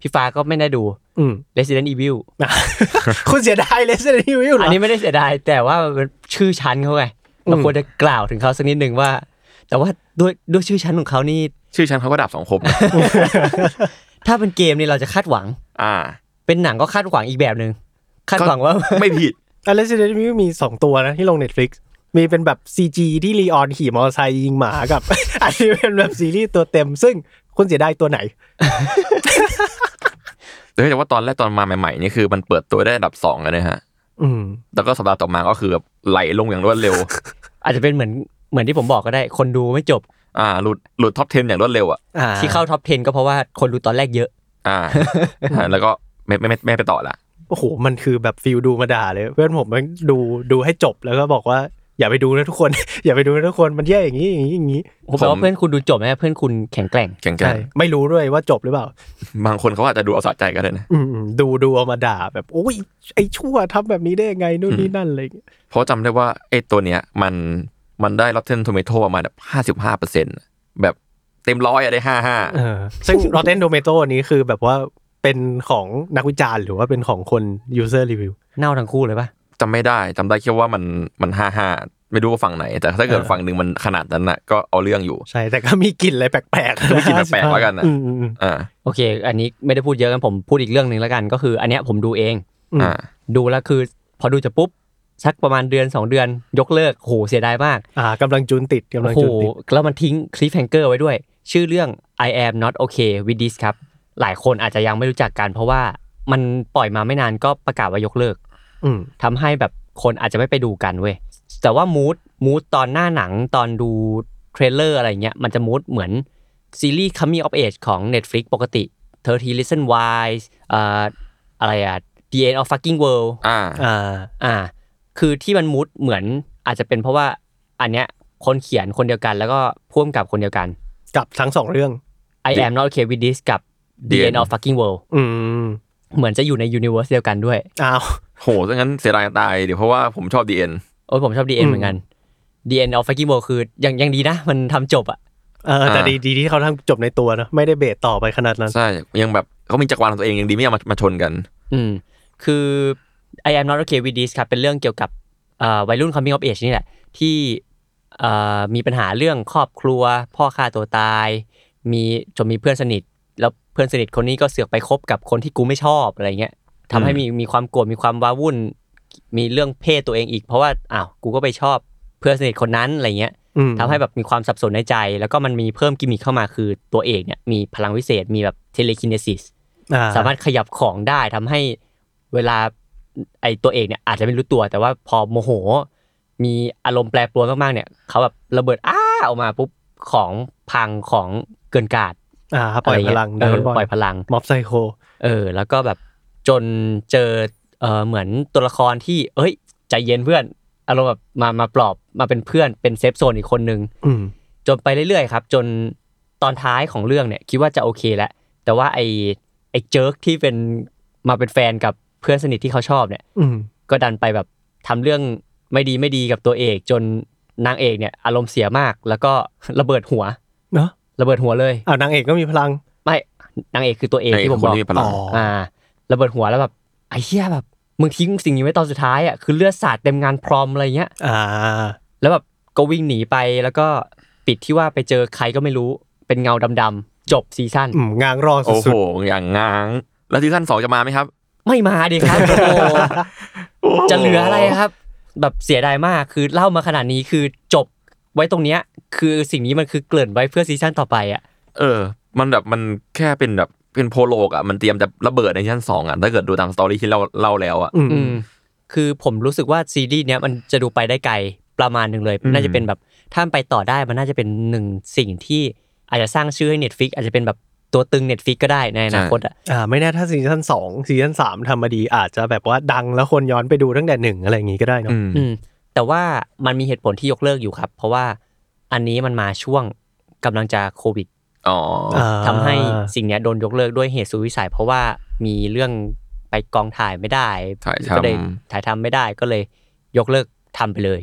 พี่ฟ้าก็ไม่ได้ดู
อื ม
Resident Evil
คุณเสียดายเลสเดนิวิลเหร
อั
อน อ
นี้ไม่ได้เสียดาย แต่ว่ามันชื่อชั้นเขาไงเราควรจะกล่าวถึงเขาสักนิดหนึ่งว่า แต่ว่าด้วยด้วยชื่อชั้นของเขานี่
ชื่อฉันเขาก็ดับสองคม นะ
ถ้าเป็นเกมนี่เราจะคาดหวัง
อ่า
เป็นหนังก็คาดหวังอีกแบบหนึ่งคาดหวังว่า
ไม่ผิด
เลสเดนิวิลมีสองตัวนะที่ลง Netflix มีเป็นแบบ CG ที่ลีออนขี่มอเตอร์ไซค์ยิงหมากับ อันนี้เป็นแบบซีรีส์ตัวเต็ม ซึ่งคุณเสียดายตัวไหน
แต่เนื่องจากว่าตอนแรกตอนมาใหม่ๆนี่คือมันเปิดตัวได้อันดับสองกันนะฮะ
อืม
แล้วก็สัปดาห์ต่อมาก็คือแบบไหลลงอย่างรวด เร็ว
อาจจะเป็นเหมือนเหมือนที่ผมบอกก็ได้ คนดูไม่จบ
อ่า หลุดหลุดท็อป10อย่างรวดเร็ว อ่ะ
อ่า
ที่เข้าท็อป 10 ก็เพราะว่าคนดูตอนแรกเยอะ
อ่า แล้วก็ไม่ไม่ไม่ไม่ไปต่อละ
โอ้โหมันคือแบบฟิลดูมาด่าเลย เพื่อนผมมันดูดูให้จบแล้วก็บอกว่า อย่าไปดูนะทุกคน อย่าไปดูนะทุกคนมันแย่อย่างนี้อย่างนี้อย่างนี้
ผมแปล
ผม
ว่าเพื่อนคุณดูจบไหมเพื่อนคุณแข็งแกร่ง
แข่งกั
ใช่
น
ไม่รู้ด้วยว่าจบหรือเปล่า
บางคนเขาอาจจะดูเอาสะใจก็ได้นะ
อืมดูดูเอามาด่าแบบโอ้ยไอ้ชั่วทำแบบนี้ได้ยังไงนู่นนี่นั่นอะไรอย่างเงี้ย
เพราะจำได้ว่าไอ้ตัวเนี้ยมันมันได้ Rotten Tomato ประมาณแบบห้าสิบห้าเปอร์เซ็นต์แบบเต็มร้อยอะได้ห้าห้า
ซึ่ง Rotten Tomato อันนี้คือแบบว่า เป็นของนักวิจารณ์หรือว่าเป็นของคน user review
เน่าทั้งคู่เลยปะ
จำไม่ได้จำได้แค่ว่ามันมันห้าห้าไม่รู้ว่าฝั่งไหน แต่ถ้าเกิด
เออ
ฝั่งหนึ่งมันขนาดนั้นน่ะก็เอาเรื่องอยู่
ใช่แต่ก็มีกลิ่นอะไรแปลกๆ
มีกลิ่นแปลกๆแล้วกันนะ
อืมอืมอืม
อ่า
โอเค อันนี้ไม่ได้พูดเยอะกันผมพูดอีกเรื่องหนึ่งแล้วกันก็คือ อันเนี้ยผมดูเอง
อ่า
ดูแล้วคือ พอดูจะปุ๊บสักประมาณเดือน 2 เดือน ยกเลิกโหเสียดายมาก
อ่ากำลังจูนติดกำ
โอ้
ลัง
โห
จูนติด
แล้วมันทิ้งคลิปแฮงเกอร์ไว้ด้วย ชื่อเรื่อง I am not okay with this ครับ หลายคนอาจจะยังไม่รู้จักกัน เพราะว่ามันปล่อยมาไม่นานก็ประกาศว่ายกเลิก
อืม
ทำให้แบบคนอาจจะไม่ไปดูกันเว้ย แต่ว่ามูดมูดตอนหน้าหนังตอนดูเทรลเลอร์อะไรเงี้ย มันจะมูดเหมือนซีรีส์ Coming of Age ของ Netflix ปกติ30 Reason Why เอ่ออะไรอะ The End of Fucking World
อ่า
อ่า
อ่า คือที่มันมูดเหมือนอาจจะเป็นเพราะว่าอันเนี้ยคนเขียนคนเดียวกันแล้วก็พ่วงกับคนเดียวกัน
กับทั้งสองเรื่อง
I am not okay with this กับ The End of Fucking World
อืม
เหมือนจะอยู่ในยูนิเวอร์สเดียวกันด้วย
อ้าว
โหถ้างั้นเสียดายตายเดี๋ยวเพราะว่าผมชอบดีเอ็น
โอ้ยผมชอบ DN
อืม
เหมือนกัน DN of Fucking World คือยังยังดีนะ มันทำจบอะ
เออแต่
อ่า
ดีดีที่เขาทำจบในตัวนะไม่ได้เบสต่อไปขนาดนั้น
ใช่ยังแบบเขามีจักรวาลของตัวเองยังดีไม่เอามามาชนกัน
อืม คือ I am not okay with this ครับ เป็นเรื่องเกี่ยวกับเอ่อวัยรุ่น coming of age นี่แหละ ที่เอ่อมีปัญหาเรื่องครอบครัว พ่อฆ่าตัวตาย มีจนมีเพื่อนสนิท แล้วเพื่อนสนิทคนนี้ก็เสือกไปคบกับคนที่กูไม่ชอบอะไรเงี้ยทำให้มีมีความโกรธมีความว้าวุ่น มีเรื่องเพศตัวเองอีก เพราะว่าอ้าวกูก็ไปชอบเพื่อนสนิทคนนั้นอะไรเงี้ย
อืม
ทำให้แบบมีความสับสนในใจ แล้วก็มันมีเพิ่มกิมมิคเข้ามาคือตัวเอกเนี่ยมีพลังวิเศษมีแบบเทเลคินเนซิส
อ่
สามารถขยับของได้ทำให้เวลาไอตัวเอกเนี่ยอาจจะไม่รู้ตัว แต่ว่าพอโมโห มีอารมณ์แปรปรวนมากๆเนี่ยเขาแบบระเบิดอ้าออกมาปุ๊บของพังของเกินกาด
อ่าป
ะ
ล่อ
ไร
ยพ
เงี้
ลัง
เอ
ดา
อ
ร์บอ
ปล่
ล
อยพลัง
ม็อบไซโค
เออแล้วก็แบบจนเจอเออเหมือนตัวละครที่ เอ้ยใจเย็นเพื่อนอารมณ์แบบมามาปลอบมาเป็นเพื่อนเป็นเซฟโซนอีกคนนึง
อืม
จนไปเรื่อยๆครับ จนตอนท้ายของเรื่องเนี่ย คิดว่าจะโอเคแล้ว แต่ว่าไอ้ไอ้เจิร์กที่เป็นมาเป็นแฟนกับเพื่อนสนิทที่เขาชอบเนี่ย
อืม
ก็ดันไปแบบทำเรื่องไม่ดีไม่ดีกับตัวเอก จนนางเอกเนี่ย อารมณ์เสียมากแล้วก็ ระเบิดหัว
เนอะ
ระเบิดหัวเลย
อ้าวนางเอกก็มีพลัง
ไม่นางเอกคือตัวเอก
นางเอก
ที่ผมบอก
คนที่มีพลัง
อ๋ออ่า ระเบิดหัวแล้วแบบไอ้เหี้ยแบบมึงทิ้งสิ่งนี้ไว้ตอนสุดท้ายอ่ะคือเลือดสาดเต็มงานพรอมอะไรเงี้ย
อ่า
แล้วแบบก็วิ่งหนีไปแล้วก็ปิดที่ว่าไปเจอใครก็ไม่รู้เป็นเงาดำๆจบซีซั่น
อืม งางรอ
โอ้
สุ
โห
ด
อย่างง้าง แล้วซีซั่นสองจะมาไหมครับ
ไม่มาดิครับ โอ้โห
โโ
จะเหลืออะไรครับ แบบเสียดายมากคือเล่ามาขนาดนี้คือจบไว้ตรงเนี้ย คือสิ่งนี้มันคือเกริ่นไว้เพื่อซีซั่นต่อไปอ่ะ
เออ มันแบบมันแค่เป็นแบบเป็นโพโลกอ่ะมันเตรียมจะระเบิดในซีซั่นสองอ่ะถ้าเกิดดูตามสตอรี่ที่เราเล่าแล้วอ่ะ
ๆ อืม
อืมคือผมรู้สึกว่าซีรีส์เนี้ยมันจะดูไปได้ไกลประมาณหนึ่งเลย
อืม
น่าจะเป็นแบบถ้ามันไปต่อได้มันน่าจะเป็นหนึ่งสิ่งที่อาจจะสร้างชื่อให้ Netflix อาจจะเป็นแบบตัวตึง Netflix ก็ได้ในอนาคตอ่ะ
อ่า ไม่แน่ถ้าซีซั่นสองซีซั่นสามทำมาดีอาจจะแบบว่าดังแล้วคนย้อนไปดูตั้งแต่หนึ่งอะไรอย่างงี้ก็ได้เนอะ
อืม
อืมแต่ว่ามันมีเหตุผลที่ยกเลิกอยู่ครับ เพราะว่าอันนี้มันมาช่วงกำลังจะโควิด
อ๋ออ
อ่า
ทำให้สิ่งเนี้ยโดนยกเลิกด้วยเหตุสุดวิสัย เพราะว่ามีเรื่องไปกองถ่ายไม่ได้
ถ่ายท
ก็เลยถ่ายทำไม่ได้ก็เลยยกเลิกทำไปเลย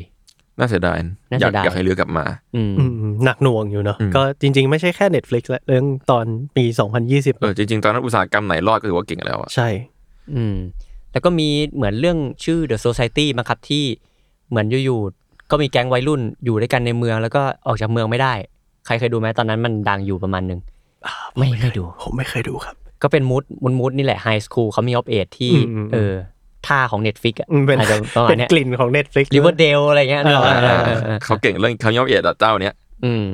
ำน่าเสียดาย
น่า
อ
เสี
ยาก
ยดาย
อยากให้เรือกลับมา
อืม
อืมหนักหน่วงอยู่เนอะ
อืม
ก็จริง ๆ ไม่ใช่แค่ Netflix และเรื่องตอนปี 2020
เออจริงๆ ตอนนั้นอุตสาหกรรมไหนรอดก็ถือว่าเก่งแล้วอ่ะ
ใช่
อืมแล้วก็มีเหมือนเรื่องชื่อ The Society มาครับที่เหมือนอยู่ๆก็มีแก๊งวัยรุ่นอยู่ด้วยกันในเมือง แล้วก็ออกจากเมืองไม่ได้ ใครเคยดูไหมตอนนั้นมันดังอยู่ประมาณหนึ่งไม่ไม่ดู
ผมไม่เคยดูครับ
ก็เป็นมูดมูดมูดนี่แหละไฮสคูลเขามีออฟเอทที่
อืมอืม
เออท่าของ Netflix อ่ะ
อืมเป็น
อาจจะประมาณ
เป็น
เนี้ย
กลิ่นของ Netflix
ริเวอร์เดลอะไรเงี้ยนึกออกปะ
อ่า
เออเออเออ
เขาเก่งเรื่องเขายอมเอ็ดอะเจ้าเนี้ย
อืม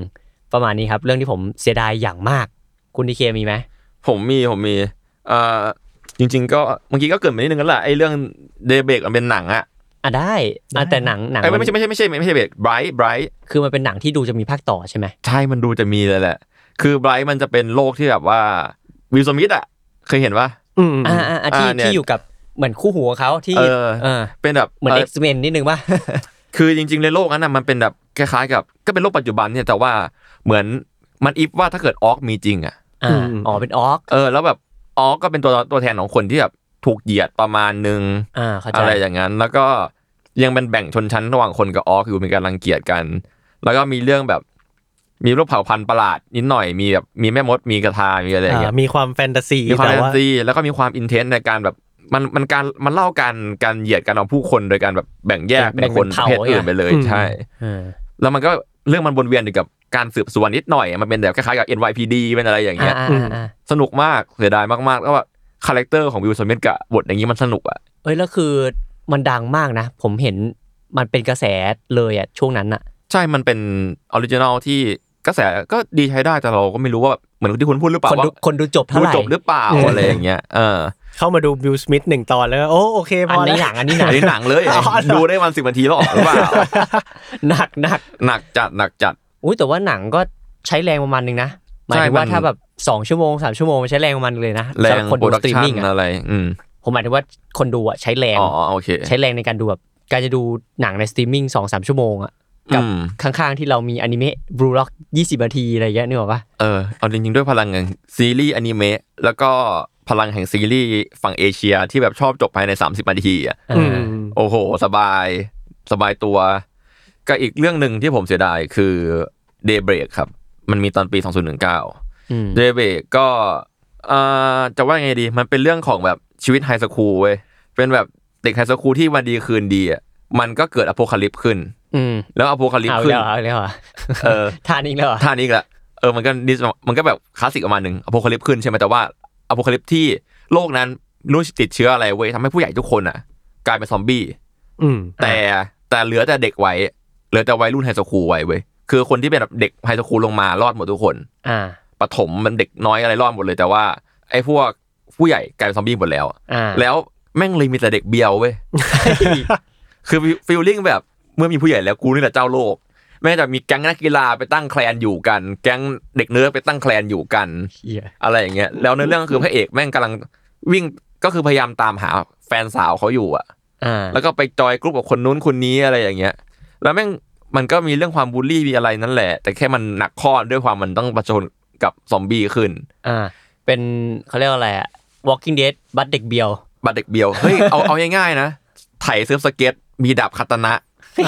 ประมาณนี้ครับ เรื่องที่ผมเสียดายอย่างมาก คุณดีเคมีไหม
ผมมีผมมีเอ่อจริง ๆ ก็เมื่อกี้ก็เกริดไปนิดนึงแล้วแหละไอ้เรื่องเดเบกมันเป็นหนังอ่ะ
อ่ะได้อ่ะแต่หนังหนัง
ไอ้ย
มั
ไม่
น
ใช่ไม่ใช่ไม่ใช่ไม่ใช่เบกไบรท์ไบรท์
คือมันเป็นหนังที่ดูจะมีภาคต่อใช่ไหม
ใช่ มันดูจะมีเลยแหละ คือไบรท์มันจะเป็นโลกที่แบบว่าวิลสมิธอ่ะ เคยเห็นปะ
อืม
อ่าอ่าอ่าที่
อ่าเนี่ย
ที่อยู่กับเหมือนคู่หูของเขาที่
เออ
เออ
เป็นแบบ
เหมือน
เอ่อ
X-Men นิดนึงป่ะ
คือจริง ๆ ในโลกนั้นน่ะมันเป็นแบบคล้ายๆกับ ก็เป็นโลกปัจจุบันเนี่ยแต่ว่าเหมือนมันอิฟว่าถ้าเกิดออกมีจริงอ่ะ
อ่าอ๋อเป็นออก
เออ แล้วแบบออกก็เป็นตัวตัวแทนของคนที่แบบถูกเหยียดประมาณนึง
อ่าเข้าใจ
อะไรอย่างนั้น แล้วก็ยังเป็นแบ่งชนชั้นระหว่างคนกับออกอยู่มีการรังเกียจกัน แล้วก็มีเรื่องแบบ มีรูปเผ่าพันธุ์ประหลาดนิดหน่อยมีแบบมีแม่มดมีกระทามีอะไรอย่างเงี้ย
อ่ามีความแฟนตาซี
มีความ
แต่
แฟน
ว่า
ซีแล้วก็มีความอินเทนส์ในการแบบมันมันการมันเล่าการการเหยียดการเอาผู้คนโดยการแบบแบ่งแยก
แบ่
เป็น
ง
คน
เป็น
ประ
เผ่า
เภทอื่นไปเลย
อืม
ใช่
เออ
แล้วมันก็เรื่องมันวนเวียนอยู่กับการสืบสวนนิดหน่อย มันเป็นแบบคล้ายๆกับ NYPD เป็นอะไรอย่างเงี้ย
อ่า
อืม
อ่า
สนุกมากเสียดายมากๆแล้วว่าคาแรคเตอร์ของวิลสมิธกับบทอย่างนี้มันสนุกอ่ะ
เอ้ยแล้วคือมันดังมากนะ ผมเห็นมันเป็นกระแสเลยอ่ะช่วงนั้นอ่ะ
ใช่มันเป็นออริจินอลที่กระแสก็ดีใช้ได้แต่เราก็ไม่รู้ว่าแบบเหมือนที่คุณพูดหรือเปล่า
คนดู
ว่า
คนดูจบเท่า
ดู
ไหร่
จบหรือเปล่าอะไรอย่างเงี้ยเออ
เข้ามาดูบิลสมิธหนึ่งตอนแล้วโอ้โอเคพ
อัน
อ
นี้ห
แล้ว
นังอันนี้หนั
อั
ง
นนี้หนัง เลย
อ๋อเหรอ
ดูได้วันสิบนาทีแล้วออกหรือเปล่า
หนักหนัก
หนักจัดหนักจัด
อุ้ยแต่ว่าหนังก็ใช้แรงประมาณนึงนะหมาย
ใช่
ถึงว่า
มัน
ถ้าแบบ2ชั่วโมง3ชั่วโมงมันใช้แรงประมาณนึงเลยนะ
แร
สำห
ง
บคน
โปร
ดู
ดั
ส
ก
ตรีม
ชั่
มิ่ง
น
อ่ะ
อะไร อืม
ผมหมายถึงว่าคนดูอ่ะใช้แรง
อ๋อโอเค
ใช้แรงในการดูแบบการจะดูหนังในสตรีมมิ่งสองสามชั่วโมงอ่ะกับ
อืม
ข้างๆที่เรามีอนิเมะบลูล็อกยี่สิบนาทีอะไรเงี้ยนึกออกปะ
เออเอาจริงๆด้วยพลังแห่งซีรีส์อนิเมะแล้วก็พลังแห่งซีรีส์ฝั่งเอเชียที่แบบชอบจบภายใน 30นาทีอ่ะ
อืม
อ่า
โอ้โห สบายสบายตัวก็อีกเรื่องหนึ่งที่ผมเสียดายคือ Daybreak ครับ มันมีตอนปี 2019
อืม
Daybreak ก็เอ่อจะว่าไงดี มันเป็นเรื่องของแบบชีวิตไฮสคูลเว้ยเป็นแบบเด็กไฮสคูลที่วันดีคืนดีอ่ะมันก็เกิดอโพคาลิปขึ้น
อืม
แล้วอโพคาลิป
เอาอีก
ขึ้น
แล้วเหรอเอาอีกแล้วเหรอ
เออ
ทานอีกแล้วเหรอ
ท่านี้อีกและเออมันก็ดิสมันก็แบบคลาสสิกประมาณหนึ่งอโพคาลิปขึ้นใช่ไหมแต่ว่าอโพคาลิปที่โลกนั้นรู้ติดเชื้ออะไรเว้ยทำให้ผู้ใหญ่ทุกคนอ่ะ กลายเป็นซอมบี้
อืม
แต่แต่เหลือแต่เด็กไว้ เหลือแต่วัยรุ่นไฮสคูลไว้เว้ยคือคนที่เป็นแบบเด็กไฮสคูลลงมารอดหมดทุกคน
อ่า
ปฐมมันเด็กน้อยอะไรรอดหมดเลย แต่ว่าไอ้พวกผู้ใหญ่กลายเป็นซอมบี้หมดแล้ว
อ่า
แล้วแม่งเลยมีแต่เด็กเบียวเว้ย คือฟิลลิ่งแบบเมื่อมีผู้ใหญ่แล้วกูนี่แหละเจ้าโลก แม่งจะมีแก๊งนักกีฬาไปตั้งแคลนอยู่กัน แก๊งเด็กเนื้อไปตั้งแคลนอยู่กัน
เหี้ย
อะไรอย่างเงี้ย แล้วในเรื่องก็คือพระเอกแม่งกำลังวิ่งก็คือพยายามตามหาแฟนสาวเขาอยู่อะ
อ่า
แล้วก็ไปจอยกรุ๊ปกับคนนู้นคนนี้อะไรอย่างเงี้ย แล้วแม่งมันก็มีเรื่องความบูลลี่มีอะไรนั่นแหละ แต่แค่มันหนักข้อด้วยความมันต้องประชนกับซอมบี้ขึ้น
อ่า เป็นเขาเรียกว่าอะไรอ่ะ Walking Dead บัตเด็กเบียว
บัตรเด็กเบียว เฮ้ย เอาเอาง่ายๆนะ ไถเซิร์ฟสเก็ต มีดาบคาตานะ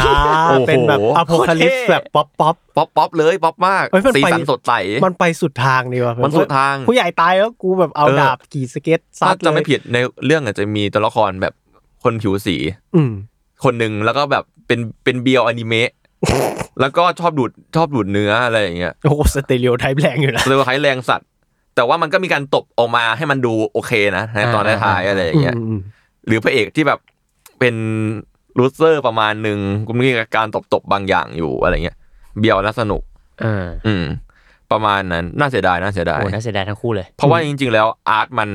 อ่า
โอ้โห
เป็นแบบอโพคาลิปส์แบบป๊อปป๊อป
ป๊อปป๊อปเลยป๊อปมาก
เฮ้ยมันไป
สีสันสดใส
มันไปสุดทางนี่ว่ะ
มันสุดทาง
ผู้ใหญ่ตายแล้วกูแบบเอา
เออ
ดาบกี่สเก็ตซั
ถ้า
ดเล
จะไม่
ย
ผิดในเรื่องอาจจะมีตัวละครแบบคนผิวสี
อืม
คนหนึ่งแล้วก็แบบเป็นเป็นเบียวอนิเมะ แล้วก็ชอบดูดชอบดูดเนื้ออะไรอย่างเงี้ย
โอ้โหสเตอริโอไทป์แรงอยู่นะ
เลยคล้ายแรงสัตว์ แต่ว่ามันก็มีการตบออกมาให้มันดูโอเคนะในตอนท้ายๆอะไรอย่างเงี้ย
อืม
หรือพระเอกที่แบบเป็นลูเซอร์ประมาณหนึ่งก็มีการตบตบๆบางอย่างอยู่อะไรเงี้ย เบียวน่าสนุก
อ่า
อืม ประมาณนั้นน่าเสียดายน่าเสียดาย
โอ้น่าเสียดายทั้งคู่เลย
เพราะว่าจริงๆ แล้วอาร์ตมัน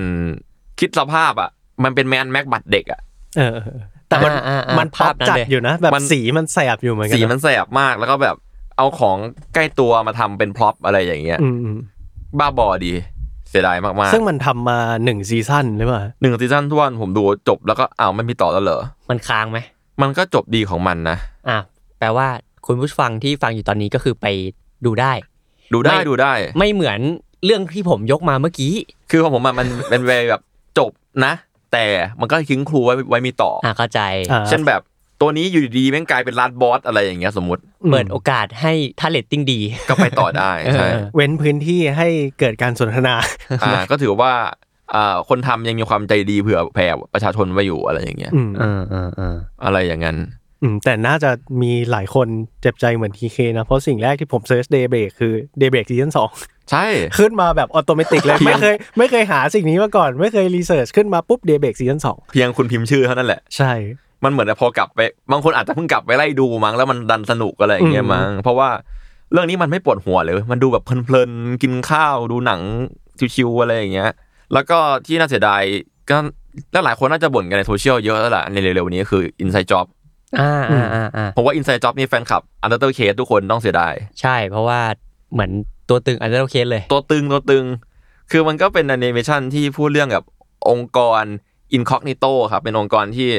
คิดสภาพอ่ะ มันเป็นแมนแม็กบัตรเด็กอ่ะ
เออเออ แต่มัน
อ่าอ่าอ่
มันภาพจัด
เลย
อยู่นะ แบบ
มัน
สีมันแสบอยู่เหมือนกั
สีมันแสบมากแล้วก็แบบเอาของใกล้ตัวมาทำเป็นพร็อพอะไรอย่างเงี้ย
อืมอืม
บ้าบอดีเสียดายมาก
ซึ่งมันทำมาหนึ่งซีซั่นหรือเปล่า
ๆหนึ่งซีซั่นทวนผมดูจบแล้วก็อ้าวไม่มีต่อแล้วเหรอ
มันค้างไหม
มันก็จบดีของมันนะ
อ่าแปลว่าคุณผู้ฟังที่ฟังอยู่ตอนนี้ก็คือไปดูได้
ดูได้
ไม่
ดูได้
ไม่เหมือนเรื่องที่ผมยกมาเมื่อกี้
คือของผมอะมัน เป็นเวแบบจบนะ แต่มันก็ทิ้งครูไว้ไว้มีต่ออ
อ่าเข้าใจ
อ่า
เช่นแบบตัวนี้อยู่ดีๆแม่งกลายเป็นลาดบอสอะไรอย่างเงี้ยสมมติ
เปิดโอกาสให้ถ้าเลตติ้งดี
ก็ไปต่อได้ใช่
เออ
เว้นพื้นที่ให้เกิดการสนทนา
อ่าก็ถือว่าอ่าคนทำยังมีความใจดีเผื่อแผ่ประชาชนไว้อยู่อะไรอย่างเงี้ย
อืม
เออเออเออ
อะไรอย่างนั้น
อืมแต่น่าจะมีหลายคนเจ็บใจเหมือนทีเคนะ เพราะสิ่งแรกที่ผมเซิร์ชเดย์เบรกคือเดย์เบรกซีซั่นสอง
ใช่
ขึ้นมาแบบออโตเมติกเลย ไม่เคยไม่เคยหาสิ่งนี้มาก่อน ไม่เคยรีเสิร์ชขึ้นมาปุ๊บเดย์เบรกซีซั่นสอง
เพียงคุณพิมพ์ชื่อเท่านั้นแหละ
ใช่
มันเหมือนพอกลับไป บางคนอาจจะเพิ่งกลับไปไล่ดูมั้งแล้วมันดันสนุกอะไรอย่างเงี้ย
อืม
มั้งเพราะว่าเรื่องนี้มันไม่ปวดหัวเลย มันดูแบบเพลินๆกินข้าวดูหนังชิวๆอะไรอย่างเงี้ย แล้วก็ที่น่าเสียดายก็แล้วหลายคนน่าจะบ่นกันในโซเชียลเยอะแล้วล่ะในเร็วๆนี้คือ Inside Job
อ่าอ่าอ่าอ่า
ผมว่า Inside Job นี่แฟนคลับ Undertale Case ทุกคนต้องเสียดาย
ใช่ เพราะว่าเหมือนตัวตึงอันเดอร์เคสเลย
ตัวตึงตัวตึง คือมันก็เป็นแอนิเมชันที่พูดเรื่องกับองค์กร Incognito ครับ เป็นองค์กรที่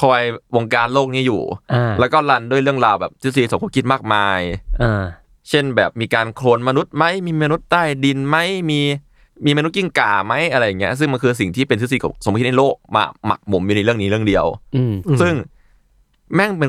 คอยวงการโลกนี้อยู่
อ่า
แล้วก็รันด้วยเรื่องราวแบบทฤษฎีสมคบคิดมากมาย
อ่า
เช่นแบบมีการโคลนมนุษย์ไหมมีมนุษย์ใต้ดินไหมมีมีมนุษย์กิ้งก่าไหมอะไรอย่างเงี้ย ซึ่งมันคือสิ่งที่เป็นทฤษฎีสมคบคิดในโลกมาหมักหมมอยู่ในเรื่องนี้เรื่องเดียว
อืม
อืม
ซึ่งแม่งเป็น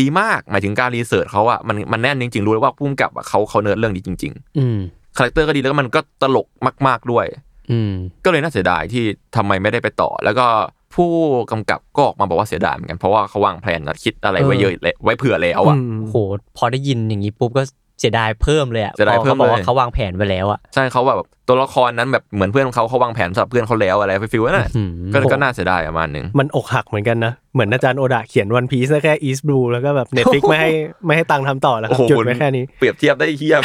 ดีมากหมายถึงการรีเสิร์ชเขาอะมันมันแน่นจริงๆรู้เลยว่าพุ่มกับอะเขาเขาเนิร์ดเรื่องนี้จริง
อืม
ๆคาแรคเตอร์ก็ดีแล้วก็มันก็ตลกมากๆด้วย
อืม
ก็เลยน่าเสียดายที่ทำไมไม่ได้ไปต่อ แล้วก็ผู้กำกับก็ออกมาบอกว่าเสียดายเหมือนกันเพราะว่าเขาวางแผนนะคิดอะไรไว้เยอะและไว้เผื่อแล้วอะ
ม
โห พอได้ยินอย่างนี้ปุ๊บก็เสียดายเพิ่มเลยอะ
เสียดายเพิ่ม
พระขบอก
เลย
ว่าเขาวางแผนไว้แล้วอะ
ใช่เขาแบบตัวละครนั้นแบบเหมือนเพื่อนของเขาเขาวางแผนสำหรับเพื่อนเขาแล้วอะไรฟิลๆนั่นแหละ
อืม
ก็ก็น่าเสียดายประมาณหนึง
มันอกหักเหมือนกันนะ เหมือนอาจารย์โอดาเขียนวันพีซแค่อีสบลูแล้วก็แบบเน็ตฟิกไม่ให้ ไม่ให้ตังค์ทำต่อแล้วค
โอ้
รับห
โห
ยุด
คุณ
ไว้แค่นี้
เปรียบเทียบได้เทียบ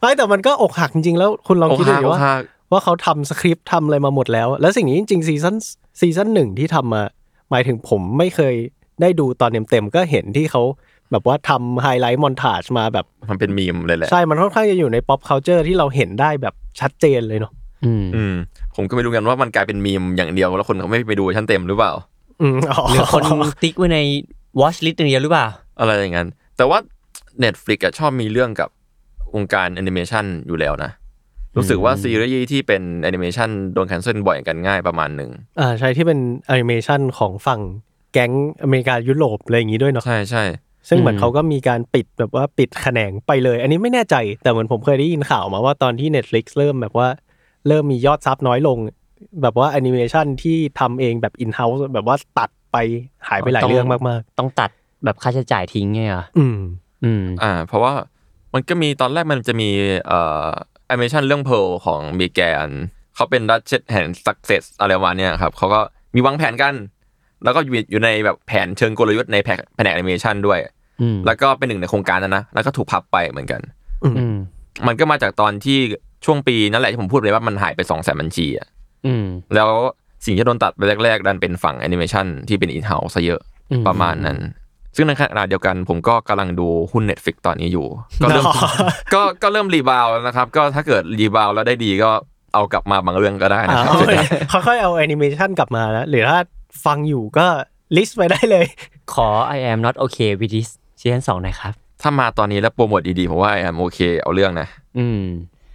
ไม่แต่มันก็อกหักจริงๆแล้วคุณลอง
โอ้
คิดดู
ฮาก
ดิ
โอ้
ว่า
ฮาก
ว่าเขาทำสคริปต์ทำอะไรมาหมดแล้ว แล้วสิ่งนี้จริงๆซีซั่นซีซั่นหนึ่งที่ทำมา หมายถึงผมไม่เคยได้ดูตอนเต็มๆก็เห็นที่เขาแบบว่าทำไฮไลท์มอนทาจมาแบบ
มันเป็นมีมเลยแหละ
ใช่มันค่อนข้างจะอยู่ใน pop culture ที่เราเห็นได้แบบชัดเจนเลยเนาะ
อืม
อืมผมก็ไม่รู้กันว่ามันกลายเป็นมีมอย่างเดียวแล้วคนเขาไม่ไปดูชั้นเต็มหรือเปล่า
อืมอ๋อ
หรือคนติ๊กไว้ใน watch list อย่างเดียวหรือเปล่า
อะไรอย่างนั้น แต่ว่า Netflix อะชอบมีเรื่องกับวงการแอนิเมชันอยู่แล้วนะ รู้สึกว่าซีรีส์ที่เป็นแอนิเมชันโดนแคนเซิลบ่อยกันง่ายประมาณหนึ่ง
อ่าใช่ที่เป็นแอนิเมชันของฝั่งแก๊งอเมริกายุโรปอะไรอย่างนี้ด้วยเนาะ
ใช่ใช่
ซึ่งเหมือน
อืม
เขาก็มีการปิดแบบว่าปิดแขนงไปเลย อันนี้ไม่แน่ใจแต่เหมือนผมเคยได้ยินข่าวมาว่าตอนที่ Netflix เริ่มแบบว่า เริ่มมียอดซับน้อยลง แบบว่าแอนิเมชันที่ทำเองแบบอินเฮ้าส์แบบว่าตัดไปหายไปหลายเรื่องมาก
ต้องตัดแบบค่าใช้จ่ายทิ้งไงอ่ะ
ๆ อืม
อืม
อ่า เพราะว่ามันก็มีตอนแรกมันจะมีเอ่อแอนิเมชันเรื่องเพลของเบแกนเขาเป็นดัชเชสแห่งสักเซสอะไรประมาณเนี้ยครับเขาก็มีวางแผนกัน แล้วก็อยู่อยู่ในแบบแผนเชิงกลยุทธ์ในแผนแผนกแอนิเมชันด้วย
อืม
แล้วก็เป็นหนึ่งในโครงการนั้นนะแล้วก็ถูกพับไปเหมือนกัน
อืม
มันก็มาจากตอนที่ช่วงปีนั่นแหละที่ผมพูดไปว่ามันหายไปสองแสนบัญชีอะ
อืม
แล้วสิ่งที่โดนตัดไปแรก ๆ ดันเป็นฝั่งแอนิเมชันที่เป็นอินเ u า e ซะเยอะ
อื
ประมาณนั้น ซึ่งในขณะเดียวกันผมก็กำลังดูหุ้น Netflix ตอนนี้อยู่ ก็เริ่ม
อ๋อ
ก็ก็เริ่มรีบาวแล้วนะครับ ก็ถ้าเกิดรีบาวแล้วได้ดีก็เอากลับมาบางเรื่องก็ได้
อ่า
นะครับ
เอาค่อยๆเอาแอนิเมชันกลับมาแล้วหรือถ้าฟังอยู่ก็ลิสต์ไปได้เลย
ขอ I am not okay with this ซีซั่นสองหนะครับ
ถ้ามาตอนนี้แล้วโปรโมทดีๆผมว่าแอมโอเค เอาเรื่องนะ
อืม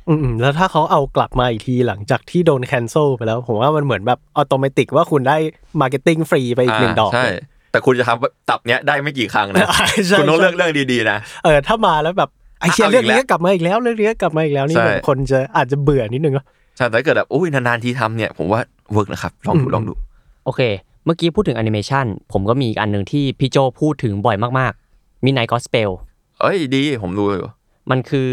อืมๆแล้วถ้าเขาเอากลับมาอีกทีหลังจากที่โดนแคนเซิลไปแล้ว ผมว่ามันเหมือนแบบอัตโนมัติว่าคุณได้มาร์เก็ตติ้งฟรีไปอีกหนึ่งดอก
าใช่ แต่คุณจะทำตับเนี้ยได้ไม่กี่ครั้งนะ
อ่าใช่
คุณต้อง
ใช่
เลือกเรื่องดีๆนะ
เออถ้ามาแล้วแบบไอเชีย
เอาอีก
เรื่องนี้
แล้ว
ก็กลับมาอีกแล้วเรื่องนี้ก็กลับมาอีกแล้วนี่
ใช่
แบบคนจะอาจจะเบื่อนิดนึงเนอะ
ใช่แต่ถ้าเกิดแบบอุ้ยนานๆทีทำเนี่ยผมว่าเวิร์กนะครับลองดู
อืม
ลองดู
โอเค เมื่อกี้พูดถึงแอนิเมชันผมก็มีอีกอันหนึ่งที่พี่โจพูดถึงบ่อยมากๆ มีไนก็สเปล
เอ้ยดีผมดูอยู่
มันคือ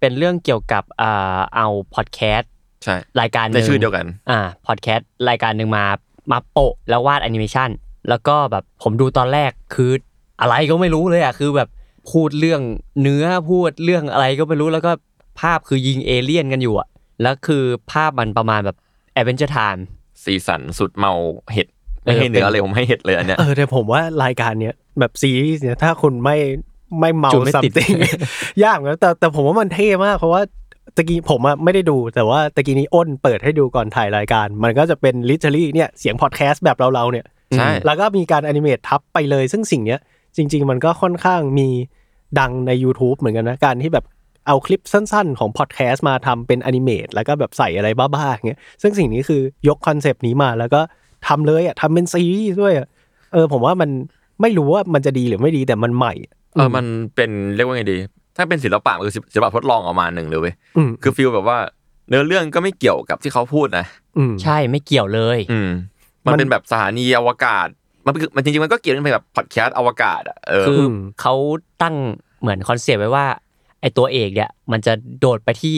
เป็นเรื่องเกี่ยวกับอ่าเอาพอดแคสต์
ใช่
รายการห
ใน
นึ่ง
ชื่อเดียวกัน
อ่าพอดแคสต์รายการหนึ่งมามาโปะแล้ววาดแอนิเมชันแล้วก็แบบผมดูตอนแรกคืออะไรก็ไม่รู้เลยอ่ะคือแบบพูดเรื่องเนื้อพูดเรื่องอะไรก็ไม่รู้แล้วก็ภาพคือยิงเอเลี่ยนกันอยู่อ่ะแล้วคือภาพมันประมาณแบบแอดเวนเจอร์ไทม์
สีสันสุดเมาเห็ดไม่ให้
เออเป็น
เนื้อเลยผมให้เห็ดเลยอันเนี้ย
เออแต่ผมว่ารายการเนี้ยแบบซีรีส์เนี้ยถ้าคุณไม่ไม่เมา
จูนไม่
สัม
ติด
ติ ง ยากเหมือนกันแต่แต่ผมว่ามันเท่มากเพราะว่าตะกี้ผมอะไม่ได้ดูแต่ว่าตะกี้นี้อ้นเปิดให้ดูก่อนถ่ายรายการ มันก็จะเป็นลิเทอรี่เนี่ยเสียงพอดแคสต์แบบเราๆเนี่ย
ใช่
แล้วก็มีการแอนิเมตทับไปเลย ซึ่งสิ่งเนี้ยจริง ๆ มันก็ค่อนข้างมีดังใน YouTube เหมือนกันนะ การที่แบบเอาคลิปสั้นๆ ของพอดแคสต์มาทำเป็นแอนิเมตแล้วก็แบบใส่อะไรบ้าๆอย่างเงี้ยซึ่งสิ่งนี้คือยกคอนเซปต์นี้มาแล้วก็ทำเลยอ่ะทำเป็นซีรีส์ด้วยอะเออ ผมว่ามันไม่รู้ว่ามันจะดีหรือไม่ดีแต่มันใหม่
เออมันเป็นเรียกว่าไงดี ถ้าเป็นศิลปะมันคือศิลปะทดลองออกมาหนึ่งเลยเว้ย
อืม
คือฟีลแบบว่าเนื้อเรื่องก็ไม่เกี่ยวกับที่เขาพูดนะ
อืม
ใช่ไม่เกี่ยวเลย
อืม มัน
มัน
เป็นแบบสถานีอวกาศ มันคือมันจริงๆมันก็เกี่ยวกันไปแบบพอดแคสต์อวกาศอะเออ
คืออ
ม
เขาตั้งเหมือนคอนเซปต์ไว้ว่าไอตัวเอกเนี่ยมันจะโดดไปที่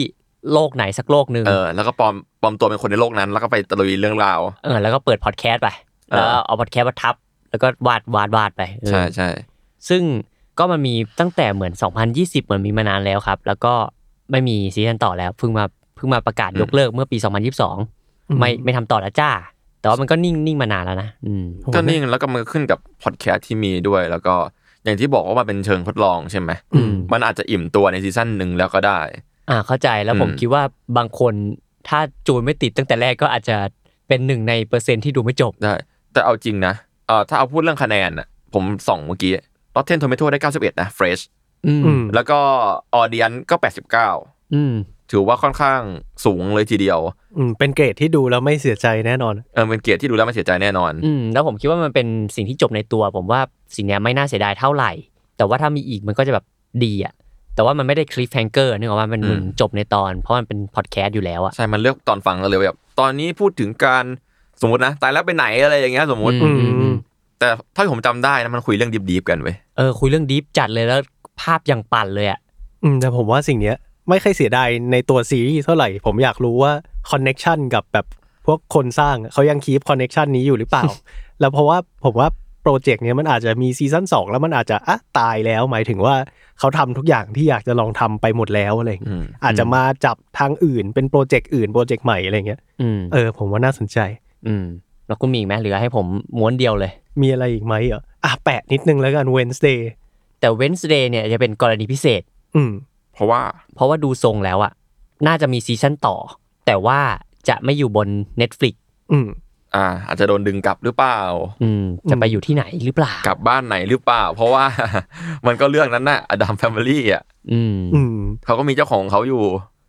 โลกไหนสักโลกหนึ่ง
เออ แล้วก็ปลอมปลอมตัวเป็นคนในโลกนั้น แล้วก็ไปตะลุยเรื่องราว
เออแล้วก็เปิดพอดแคสต์ไป
เออ
แล้วเอาพอดแคสต์มาทับ แล้วก็วาดวาดวาดไปเออ
ใช่ใช่
ซึ่งก็มันมีตั้งแต่เหมือน 2020 เหมือนมีมานานแล้วครับ แล้วก็ไม่มีซีซั่นต่อแล้วเพิ่งมาเพิ่งมาประกาศ
อืม
ยกเลิกเมื่อปี 2022 ไม่ไม่ทำต่อแล้วจ้า แต่ว่ามันก็นิ่งนิ่งมานานแล้วนะอืม
ผม
ก็
ว่า
นิ่งแล้วก็มันก็ขึ้นกับพอดแคสต์ที่มีด้วย แล้วก็อย่างที่บอกว่ามันเป็นเชิงทดลองใช่ไหม
อืม
มันอาจจะอิ่มตัวในซีซั่นหนึ่งแล้วก็ได้
อ่าเข้าใจแล้ว
อืม
ผมคิดว่าบางคนถ้าจูนไม่ติดตั้งแต่แรกก็อาจจะเป็นหนึ่งในเปอร์เซ็นต์ที่ดูไม่จบ
ได้ แต่เอาจริงนะเอ่อถ้าเอาพูดเรื่องคะแนนน่ะผมส่องเมื่อกี้ Rotten Tomato ได้ 91 นะ Fresh
อืม
อืม
แล้วก็ Audience ก็ 89
อืม
ถือว่าค่อนข้างสูงเลยทีเดียว
อืมเป็นเกรดที่ดูแล้วไม่เสียใจแน่นอน
เออเป็นเกียรติที่ดูแล้วไม่เสียใจแน่นอน
อืมแล้วผมคิดว่ามันเป็นสิ่งที่จบในตัว ผมว่า สิ่งเนี้ยไม่น่าเสียดายเท่าไหร่ แต่ว่าถ้ามีอีกมันก็จะแบบดีอ่ะแต่ว่ามันไม่ได้คลิฟแฮงเกอร์นึกออกว่ามัน
อืม
จบในตอน เพราะมันเป็นพอดแคสต์อยู่แล้วอ่ะ
ใช่มันเลือกตอนฟังเราเลยแบบตอนนี้พูดถึงการสมมตินะ ตายแล้วไปไหนอะไรอย่างเงี้ยสมมติ
อื
อื
ม
ม
แต่ถ้าผมจำได้นะมันคุยเรื่องดีบๆกันเว้ย
เออคุยเรื่องดีฟจัดเลยแล้วภาพยังปั่นเลยอ่ะ
อืมแต่ผมว่าสิ่งเนี้ยไม่ค่อยเสียดายในตัวซีรีส์เท่าไหร่ ผมอยากรู้ว่าคอนเน็ชันกับแบบพวกคนสร้างเขายังคีปคอนเน็ชันนี้อยู่หรือเปล่า แล้วเพราะว่าผมว่าโปรเจกต์เนี้ยมันอาจจะมีซีซั่นสองแล้วมันอาจจะอ่ะตายแล้ว หมายถึงว่าเขาทำทุกอย่างที่อยากจะลองทำไปหมดแล้วอะไรอย่างเงี้ย
อืม
อาจจะมาจับทางอื่นเป็นโปรเจกต์อื่นโปรเจกต์ใหม่อะไรเงี้ย
อืม
เออผมว่าน่าสนใจ
อืมแล้วคุณมีอีกไหมเหลือให้ผมม้วนเดียวเลย
มีอะไรอีกไหมเหรออ่ะแปะนิดนึงแล้วกัน Wednesday
แต่ Wednesday เนี่ยจะเป็นกรณีพิเศษ
อืม
เพราะว่า
เพราะว่าดูทรงแล้วอะน่าจะมีซีซั่นต่อ แต่ว่าจะไม่อยู่บน Netflix
อืม
อ่าอาจจะโดนดึงกลับหรือเปล่า
อืมจะไปอยู่ที่ไหนหรือเปล่าก
ลับบ้านไหนหรือเปล่า เพราะว่า มันก็เรื่องนั้นน่ะอดัมแฟมิลี่อ่ะ
อืม
อืม
เขาก็มีเจ้าของเขาอยู่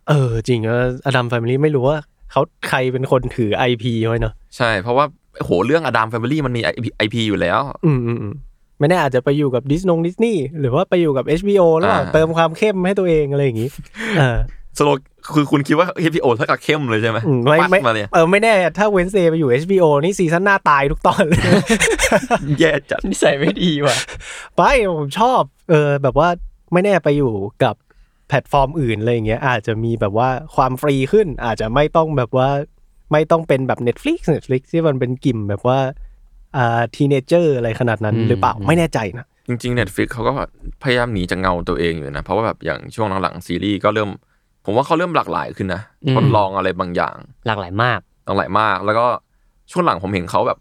เออจริงแล้วอดัมแฟมิลี่ไม่รู้ว่าเขาใครเป็นคนถือ IP ไว้เนอะ
ใช่ เพราะว่าโอ้โหเรื่องอดัมแฟมิลี่มันมีไอพีอยู่แล้ว
อืมอืมอืมไม่แน่อาจจะไปอยู่กับดิสนงดิสนีย์หรือว่าไปอยู่กับ HBO หรือเปล่า
อ่า
เติมความเข้มให้ตัวเองอะไรอย่างงี้เออ
สโลคือคุณคิดว่า HBO เท่ากับเข้มเลยใช่ไหม
อืมไม่
ปัด
ไม่
มาเลย
เออไม่แน่ถ้าเวนเซไปอยู่ HBO นี่ซีซั่นหน้าตายทุกตอนเลย
แย่จัด
นิสัยไม่ดีว่ะ
ไปผมชอบ เออ แบบว่าไม่แน่ไปอยู่กับแพลตฟอร์มอื่นอะไรอย่างเงี้ย อาจจะมีแบบว่าความฟรีขึ้น อาจจะไม่ต้องแบบว่า ไม่ต้องเป็นแบบ Netflix Netflix ที่มันเป็นกลิ่มแบบว่าอ่าทีเนเจอร์อะไรขนาดนั้น
อืม
หรือเปล่าไม่แน่ใจนะ
จริงๆ Netflix เขาก็พยายามหนีจากเงาตัวเองอยู่นะ เพราะว่าแบบอย่างช่วงหลังๆซีรีส์ก็เริ่ม ผมว่าเขาเริ่มหลากหลายขึ้นนะ
อืม
ทดลองอะไรบางอย่าง
หลากหลายมาก
หลากหลายมาก แล้วก็ช่วงหลังผมเห็นเขาแบบ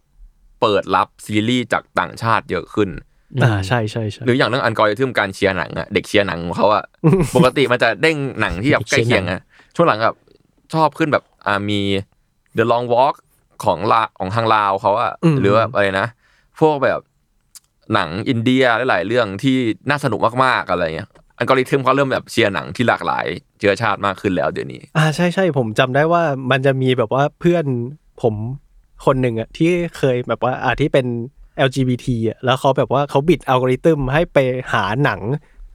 เปิดรับซีรีส์จากต่างชาติเยอะขึ้น
อืม
อ่าใช่ใช่ใช่
หรืออย่างเรื่องอันกอริทึมการเชียร์หนังอะเด็กเชียร์หนังของ เขาอะ ปกติมันจะเด้งหนังที่แบบใกล้เคียงอะช่วงหลังแบบชอบขึ้นแบบอ่ามี The Long Walk ของลาของทางลาวเขาอะหรือแบบอะไรนะ พวกแบบหนังอินเดียหลายๆเรื่องที่น่าสนุกมากๆอะไรเงี้ยอันกอริทึมเขาเริ่มแบบเชียร์หนังที่หลากหลาย เชื้อชาติมากขึ้นแล้วเดี๋ยวนี้
อ่าใช่ใช่ผมจำได้ว่ามันจะมีแบบว่าเพื่อนผมคนหนึ่งอะที่เคยแบบว่าอ่าที่เป็น LGBT อะแล้วเขาแบบว่าเขาบิดอัลกอริทึมให้ไปหาหนัง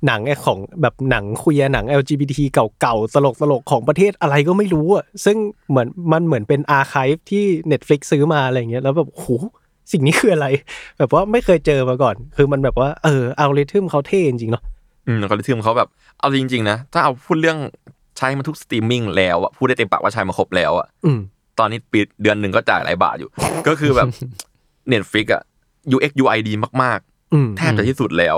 หนังไอ้ของแบบหนังคุยหนัง LGBT เก่าๆตลกตลกๆของประเทศอะไรก็ไม่รู้อะซึ่งเหมือนมันเหมือนเป็นอาร์ค v e ที่ Netflix ซื้อมาอะไรอย่างเงี้ยแล้วแบบโอ้โหสิ่งนี้คืออะไร แบบว่าไม่เคยเจอมาก่อน คือมันแบบว่าเอออัลกอริทึมเขาเท่จริงๆเนาะ
อืมอัลกอริทึมเขาแบบเอาจริงๆนะถ้าเอาพูดเรื่องใช้มาทุกสตรีมมิ่งแล้วอะพูดได้เต็มปากว่าใช้มาครบแล้วอะ
อืม
ตอนนี้ปีเดือนหนึ่งก็จ่ายหลายบาทอยู่ ก็คือแบบ Netflix อะ UX UI ดีมาก
อืม
ๆ แทบจะที่สุดแล้ว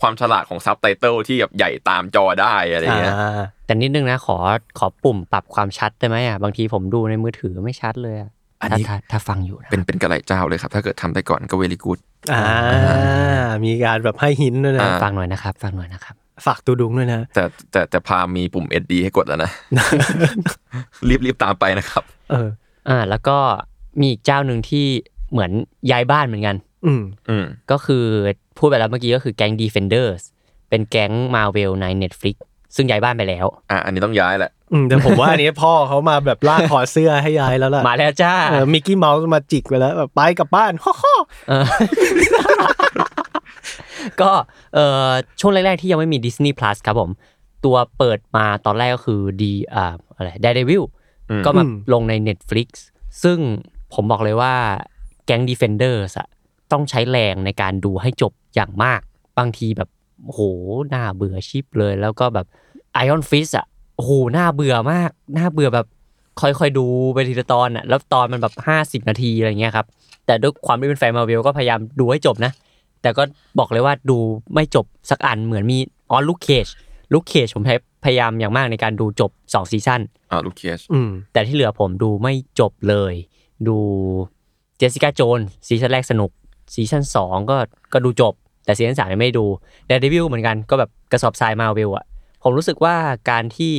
ความฉลาดของซับไตเติลที่แบบใหญ่ตามจอได้อะไรเงี้ย
อ่า
แต่นิดนึงนะขอขอปุ่มปรับความชัดได้ไหมอ่ะบางทีผมดูในมือถือไม่ชัดเลยอะ
อัน
ถ้า
นี้
ถ้าถ้าฟังอยู่นะ
เป็นเป็นกระไรเจ้าเลยครับ ถ้าเกิดทำได้ก่อนก็เวลิกูด
อ่า มีการแบบให้หินด้วยนะ
อ่า
ฟังหน่อยนะครับ ฟังหน่อยนะครับ
ฝากตูดุงด้วยนะ
แต่แต่แต่พามีปุ่ม SD ให้กดแล้วนะ รีบรีบตามไปนะครับ
เออ
อ่าแล้วก็มีอีกเจ้าหนึ่งที่เหมือนย้ายบ้านเหมือนกัน
อืม
อืม
ก็คือพูดไปแล้วเมื่อกี้ก็คือแก๊ง Defenders เป็นแก๊ง Marvel ใน Netflix ซึ่งย้ายบ้านไปแล้ว
อ่ะอันนี้ต้องย้ายแหละ
อืม แต่ผม ว่าอันนี้พ่อเขามาแบบลากคอเสื้อให้ยายแล้วล่ะ
มาแล้วจ้า
เออมิกกี้เมาส์มาจิกไปแล้วแบบไปกลับบ้านฮ่อฮ่อ
เอ อ ก็เออช่วงแรก ๆ ที่ยังไม่มี Disney Plus ครับผม ตัวเปิดมาตอนแรกก็คือดีอ่าอะไร Daredevil
อืม
ก็มาลงใน Netflix ซึ่งผมบอกเลยว่าแก๊ง Defenders อะต้องใช้แรงในการดูให้จบอย่างมาก บางทีแบบโอ้โหน่าเบื่อชิบเลย แล้วก็แบบ Iron Fist อะโอ้โหน่าเบื่อมากน่าเบื่อแบบค่อยๆดูไปทีละตอนอะแล้วตอนมันแบบ 50 นาทีอะไรเงี้ยครับ แต่ด้วยความที่เป็นแฟนมาเวลก็พยายามดูให้จบนะ แต่ก็บอกเลยว่าดูไม่จบสักอันเหมือนมีออนลูกเคชลูกเคชผมพยายามอย่างมากในการดูจบ2ซีซั่น
อ่าลูกเคส
อืม
แต่ที่เหลือผมดูไม่จบเลย ดูเจสสิก้าโจนซีซั่นแรกสนุกซีซั่นสองก็ก็ดูจบ แต่ซีซั่นสามยังไม่ได้ดูเดดวิลเหมือนกันก็แบบกระสอบทรายมาเวลอะผมรู้สึกว่าการที่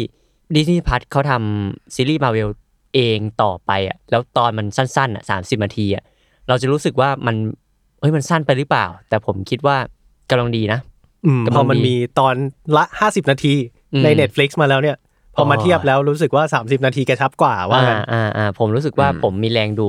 ดิสนีย์พัทเขาทำซีรีส์มาเวลเองต่อไปอะแล้วตอนมันสั้นๆอะสามสิบนาทีอะเราจะรู้สึกว่ามันเฮ้ยมันสั้นไปหรือเปล่า แต่ผมคิดว่ากำลังดีนะ
อืม
กำลัง
พอมัน
ดี
มีตอนละห้าสิบนาที
อืม
ใน Netflix มาแล้วเนี่ย พอมา
อ๋อ
เทียบแล้วรู้สึกว่าสามสิบนาทีกระชับกว่าว่างั้น
อ่าอ่าอ่าผมรู้สึกว่าผมมีแรงดู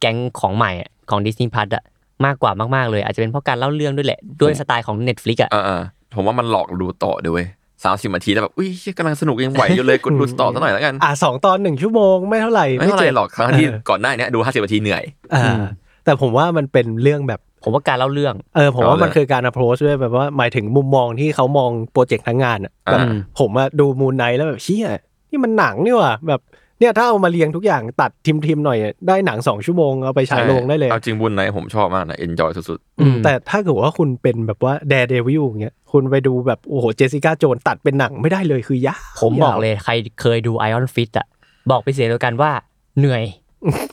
แก๊งของใหม่อะของดิสนีย์พัทอะ มากกว่ามากๆเลย อาจจะเป็นเพราะการเล่าเรื่องด้วยแหละ ด้วยสไตล์ของ Netflix อ่ะ
เออเออผมว่ามันหลอกดูต่อเดี๋ยวเว้ยสามสิบนาทีแล้วแบบอุ้ยเหี้ยกำลังสนุกยังไหวอยู่เลยกดดูต่อสักหน่อยแล้วกัน
อ่ะสองตอนหนึ่งชั่วโมงไม่เท่าไหร่
ไม่เท่าไหร่
จ็บ
หรอกครั้งที่ก่อนหน้าเนี้ยดูห้าสิบนาทีเหนื่อย
อ่าแต่ผมว่ามันเป็นเรื่องแบบ
ผมว่าการเล่าเรื่อง
เออผมว่า
เอาเลย
มันคือการ approach ด้วยแบบว่าหมายถึงมุมมองที่เขามองโปรเจกต์ทั้งงานอะ
อ่า
แบบผมอะดูมูนไนแล้วแบบเฮียนี่มันหนังนี่หว่ะแบบเนี่ยถ้าเอามาเรียงทุกอย่างตัดทิมๆหน่อยอะได้หนังสองชั่วโมงเอาไปฉายโรงได้เลย
เอาจริงบุญไหนผมชอบมากนะเอนจอยสุด
อืม
แต่ถ้าเกิดว่าคุณเป็นแบบว่าแดร์เดวิลอย่างเงี้ยคุณไปดูแบบโอ้โหเจสสิก้าโจนตัดเป็นหนังไม่ได้เลยคือยาว
ผมบอกเลยใครเคยดู Iron Fist อ่ะ บอกไปนเสียงเดียวกันว่าเหนื่อย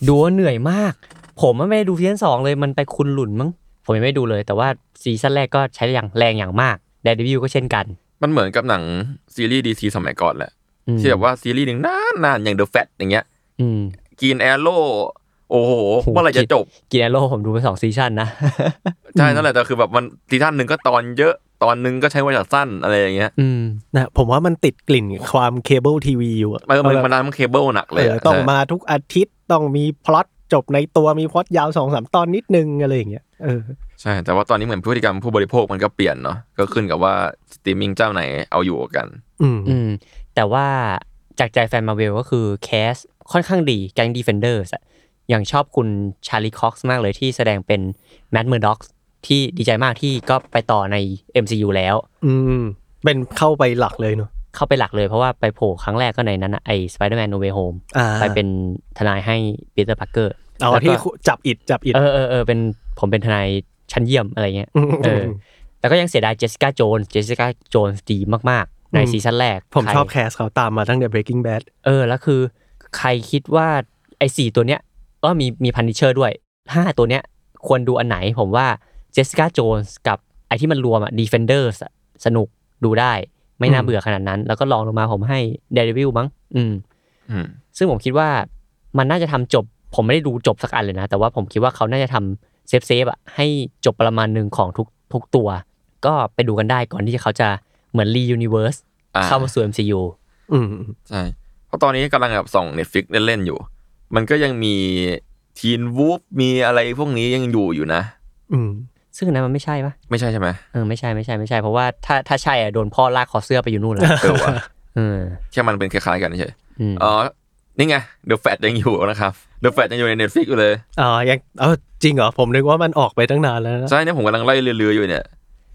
ดูว่าเหนื่อยมาก ผมไม่ได้ดูซีซั่นสองเลยมันไปคุณหลุนมั้งผมยังไม่ดูเลย แต่ว่าซีซั่นแรกก็ใช้อย่างแรงอย่างมากแดดดิวก็เช่นกัน
ๆมันเหมือนกับหนังซีรีส์ดีซีสมัยก่อนแหละ
อืม
ที่แบบว่าซีรีส์หนึ่งนานนานๆอย่างเดอะแฟตอย่างเงี้ย
อืม
กินแอโร่โอ้โห
โห
เมื่อไหรจะจบ
กินแอโร่ผมดูไปสองซีซั่นนะ
ใช่นั่นแหละแต่คือแบบมันซีซั่นหนึ่งก็ตอนเยอะตอนหนึ่งก็ใช้เวลาสั้นอะไรอย่างเงี้ย
อืม
นะผมว่ามันติดกลิ่นความเคเบิลทีวีอยู่อะ
มันมัน
แบบ
มันน้ำเคเบิลหนักเลย
เออ
อะ
ต้อง
ใช่
มาทุกอาทิตย์ต้องมีพล็อตจบในตัวมีพล็อตยาวสองสามตอนนิดนึงอะไรอย่างเงี้ยเออ
ใช่ แต่ว่าตอนนี้เหมือนพฤติกรรมผู้บริโภคมันก็เปลี่ยนเนาะก็ขึ้นกับว่าสตรีมมิ่งเจ้าไหนเอาอยู่กัน
อืม
อืม แต่ว่าจากใจแฟนมาเวลก็คือแคสค่อนข้างดีแกงดีเฟนเดอร์สอย่างชอบคุณชาลีค o อกซ์มากเลยที่แสดงเป็นแมดเมอร์ด็อกที่ดีใจมากที่ก็ไปต่อใน MCU แล้ว
อืม เป็นเข้าไปหลักเลยเนอะ
เข้าไปหลักเลยเพราะว่าไปโผล่ครั้งแรกก็ในนั้นน่ะไอ้สไปเดอร์แมนโนเวโฮม
อ่า
ไปเป็นทนายให้ปีเตอร์พาร์เกอร์
เอาที่จับอิดจับอิด
เออเออเออเป็นผมเป็นทนายชั้นเยี่ยมอะไรเงี้ย
ม
เออ แต่ก็ยังเสียดายเจสสิก้าโจนเจสสิก้าโจนดีมาก ๆ ใน
อืม
ซีซั่นแรก
ผม
ใคร
ชอบแคสเขาตามมาตั้งแต่ Breaking Bad
เออ แล้วคือใครคิดว่าไอ้สี่ตัวเนี้ยก็มีมีพันนิเชอร์ด้วยห้าตัวเนี้ยควรดูอันไหนผมว่าเจส s i กาโจนส์กับไอที่มันรวมอะดีเฟนเดอร์สนุกดูได้ ไม่น่า
อืม
เบื่อขนาดนั้น แล้วก็ลองลงมาผมให้เด e วิลมั้งอืม
อืม
ซึ่งผมคิดว่ามันน่าจะทำจบ ผมไม่ได้ดูจบสักอันเลยนะ แต่ว่าผมคิดว่าเขาน่าจะทำเซฟเซฟๆอะให้จบประมาณหนึ่งของทุกทุกตัว ก็ไปดูกันได้ก่อนที่เขาจะเหมือนรียูนิเวิร์ส
อ่า
เข้ามาสู่ MCU
อืม
ใช่เพราะตอนนี้กำลังแบบส่อง Netflix เล่นๆอยู่ มันก็ยังมีทีนวูฟมีอะไรพวกนี้ยังอยู่อยู่นะ
อืม
ซึ่งอันนั้นมันไม่ใช่ปะ
ไม่ใช่ใช่ไหม
เออไม่ใช่ไม่ใช่ไม่ใช่ เพราะว่าถ้าถ้าใช่อะโดนพ่อลากคอเสื้อไปอยู่นู่นแล้ว
เออ วะ
เออ
แค่มันเป็นคล้ายๆกันเฉย
อืม
อ๋อ นี่ไงเดอะแฟตยังอยู่นะครับเดอะแฟตยังอยู่ใน Netflix อยู่ เลย
อ๋อ ยังเออจริงเหรอ ผมนึกว่ามันออกไปตั้งนานแล้วนะ
ใช่เนี่ยผมกำลังไล่เรือๆอยู่เนี่ย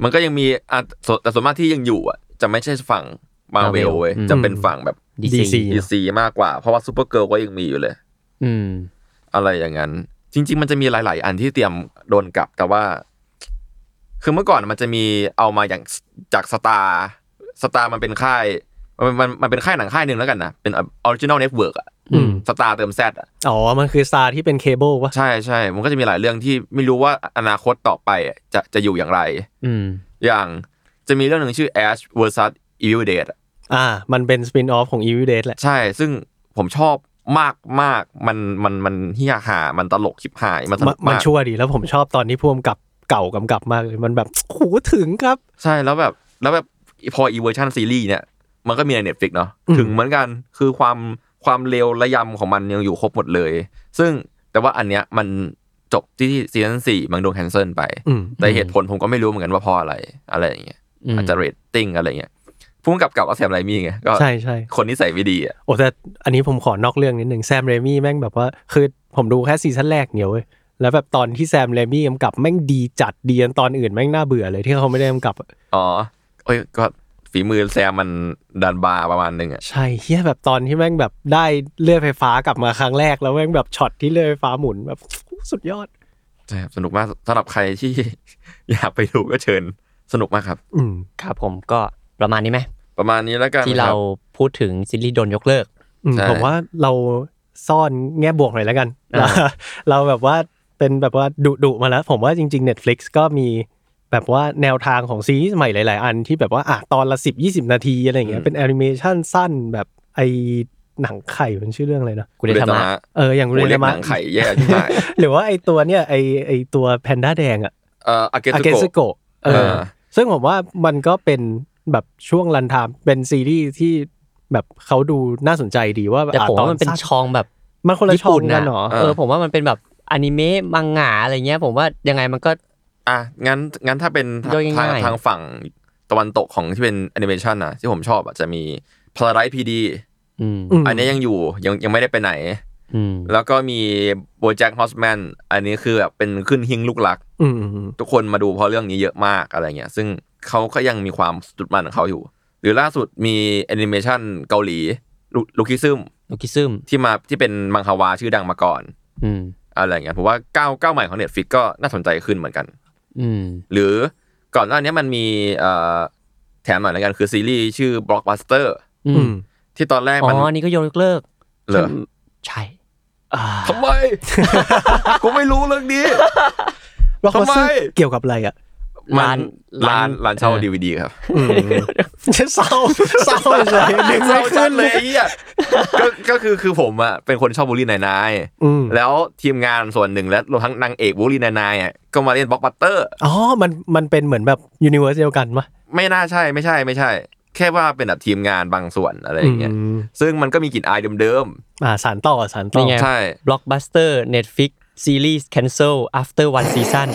มันก็ยังมีอ่ะส่วนแต่ส่วนมากที่ยังอยู่อ่ะจะไม่ใช่ฝั่งมาเวลเว้ยจะเป็นฝั่งแบบ
ดี
DC
ซี
ดี
ดี
นะ
ซีมากกว่า เพราะว่าซูเปอร์เกิร์ลก็ยังมีอยู่เลย
อืม
อะไรอย่างนั้น จริง ๆ มันจะมีหลาย ๆ อันที่เตรียมโดนกลับ แต่ว่า คือเมื่อก่อนมันจะมีเอามาอย่างจากสตาร์สตาร์มันเป็นค่าย มันมันมันเป็นค่ายหนังค่ายหนึ่งแล้วกันนะ เป็นออริจินอลเน็ตเวิร์กอะ
อืม
สตาร์เติมแซดอะ
อ๋อ มันคือซาที่เป็นเคเบิลวะ
ใช่ใช่มันก็จะมีหลายเรื่องที่ไม่รู้ว่าอนาคตต่อไปอะจะจะอยู่อย่างไร
อืม
อย่างจะมีเรื่องหนึ่งชื่อ Ash vs Evil Dead อะ
อ่า มันเป็นสปินออฟของ Evil Dead แหละ
ใช่ ซึ่งผมชอบมากมากๆมัน มัน มันเฮียหา มันตลกชิบหาย มันส
ม
นุก
มัน
มาก
ชั่วดีแล้วผมชอบตอนที่พ่วงกับเก่ากำกับมากเลย มันแบบโหถึงครับ
ใช่ แล้วแบบ แล้วแบบพออีเวอร์ชันซีรีส์เนี่ย มันก็มีในเน็ตฟลิกเนาะ
อืม
ถึงเหมือนกัน คือความ ความเลวระยำของมันยังอยู่ครบหมดเลย ซึ่ง แต่ว่าอันเนี้ยมันจบที่ซีซั่นสี่มันโดนแคนเซิลไป
อืม
แต่
อืม
เหตุผลผมก็ไม่รู้เหมือนกันว่าเพราะอะไร อะไรอย่างเงี้ย
ม
อาจจะเรตติ้งอะไรเงี้ยพุ่งกับกับเอาแซมไรมี่ไง ก็
ใช่ใช่
คนนิสัยไม่ดีอ่ะ
โอ้แต่อันนี้ผมขอนอกเรื่องนิดหนึ่งแซมเรมี่แม่งแบบว่าคือผมดูแค่ซีซั่นแรกเดียวเว้ยแล้วแบบตอนที่แซมเรมี่กำกับแม่งดีจัดดีจนตอนอื่นแม่งน่าเบื่อเลยที่เขาไม่ได้กำกับอะ
อ๋อเอ้ย ก็ฝีมือแซมมันดันบาร์ประมาณนึงอ่ะ
ใช่เฮียแบบตอนที่แม่งแบบได้เลื่อยไฟฟ้ากลับมาครั้งแรกแล้วแม่งแบบช็อตที่เลื่อยไฟฟ้าหมุนแบบสุดยอด
ใช่ครับสนุกมากสำหรับใครที่ อยากไปดูก็เชิญสนุกมากครับ
อืม
ครับผมก็ประมาณนี้ไหม
ประมาณนี้แล้วกัน
ที่
ค
เรา
บ
พูดถึงซีรีส์โดนยกเลิก
อืม
ใช่
ผมว่าเราซ่อนแง่บวกหน่อยแล้วกัน
อ่า
เราแบบว่าเป็นแบบว่าดุดุมาแล้ว ผมว่าจริง ๆ Netflix ก็มีแบบว่าแนวทางของซีรีส์ใหม่หลาย ๆ อันที่แบบว่าอ่ะตอนละ 10 20 นาทีอะไรอย่างเงี้ยเป็นแอนิเมชันสั้นแบบไอหนังไข่มันชื่อเรื่องอะไรนะ
กูได้ทำมา
เอออย่าง
โอ้
เร
โหเรีย
น
ก
มา
หนังไข่แย่ที่ไหน
หรือว่าไอตัวเนี่ยไอไอตัวแพนด้าแดงอะ
เอ่ออาเก
อาเก
ซุ
ส
โกะ
โกะเออ
อ่า
ซึ่งผมว่ามันก็เป็นแบบช่วงรันไทม์เป็นซีรีส์ที่แบบเขาดูน่าสนใจดีว่า
แต่
อ่ะ
ผม
ตอ
ว่ามันเป็น
สั้
ชองแบบ
มันคนละ
ญี่
ช่อง
ปุ่น
กั
นะ
นเหรอ
เออผมว่ามันเป็นแบบ อนิเมะมังงะอะไรเงี้ย ผมว่ายังไงมันก็
อ่ะงั้นงั้นถ้าเป็น
ย่อย
ทาง
ง่ายๆ
ทางฝั่งตะวันตกของที่เป็นแอนิเมชันนะที่ผมชอบอ่ะจะมี p a r a d i s e PD
อืม
ม
อันนี้ยังอยู่ยังยังไม่ได้ไปไหน
อืม
แล้วก็มีโบแจ็คฮอสแมนอันนี้คือแบบเป็นขึ้นหิ้งลูกหลัก
อืมอืมอืม
ทุกคนมาดูเพราะเรื่องนี้เยอะมากอะไรเงี้ย ซึ่งเขาก็ยังมีความจุดมันของเขาอยู่ หรือล่าสุดมีแอนิเมชันเกาหลีลูคิซึม
โลกิซึม
ที่มาที่เป็นมังฮวาชื่อดังมาก่อน
อืม
อะไรเงี้ยผมว่าก้าวก้าวใหม่ของเน็ตฟิกก็น่าสนใจขึ้นเหมือนกัน
อืม
หรือก่อนหน้านี้มันมีเอ่อแถมหน่อยแล้วกันคือซีรีส์ชื่อบล็อกบัสเตอร์
อื
อื
ม
ม
ที่ตอนแรก
อ๋
มัน
ออันนี้ก็ยกเลิก
เหรอ
ใช่
อ่า
ทำไม กูไม่รู้เรื่องนี้
บล็อก
ทำไม
บัสเตอร์เกี่ยวกับอะไรอ่ะ
มันร้านร้านเช่าดีวดีครับ
อืมเศร้าเศร้าเลยดึง
เศ
ไม่
ร้าจั
ขึ้
ด
น
เล
เลย ย
ไอ้เหี้ยก็ก็คือคือผมอ่ะเป็นคนชอบบูลลี่นายนาย
อืม
แล้วทีมงานส่วนหนึ่งและรวมทั้งนางเอกบูลลี่นายนายอ่ะก็มาเล่นบล็อกบัตเตอร์
อ๋อมันมันเป็นเหมือนแบบยูนิเวอร์สเดียวกันปะ
ไม่น่าใช่ไม่ใช่ไม่ใช่ แค่ว่าเป็นแบบทีมงานบางส่วนอะไรอย่างเงี้ย
ม
ซึ่งมันก็มีกลิ่นอายเดิม
อ่าสารต่อสารต่อ
นี่ไง
ๆใช่
บล็อกบัสเตอร์เน็ตฟิกซีรีส์ cancel after one season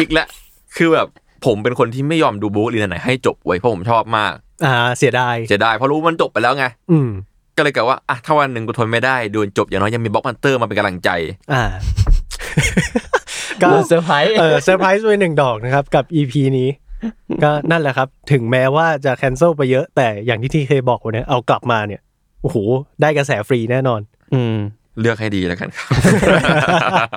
อีกแล้วคือแบบผมเป็นคนที่ไม่ยอมดูบูลลี่นายนายให้จบเว้ยเพราะผมชอบมาก
อ่าเสียดาย
จะได้เพราะรู้มันจบไปแล้วไง
อืม
ก็เลยกะว่าอ่ะถ้าวันหนึ่งกูทนไม่ได้ดูจบอย่างน้อยยังมีบล็อกบัตเตอร์มาเป็นกำลังใจ
อ่า ก็
โดนเซอร์ไพรส์
เออเซอร์ไพรส์ไปหนึ่งดอกนะครับ กับ EP นี้ ก็นั่นแหละครับ ถึงแม้ว่าจะแคนเซิลไปเยอะ แต่อย่างที่ที่เคยบอกวันเนี้ยเอากลับมาเนี่ย โอ้โห ได้กระแสฟรีแน่นอน
อืม
เลือกให้ดีแล้วกันครับ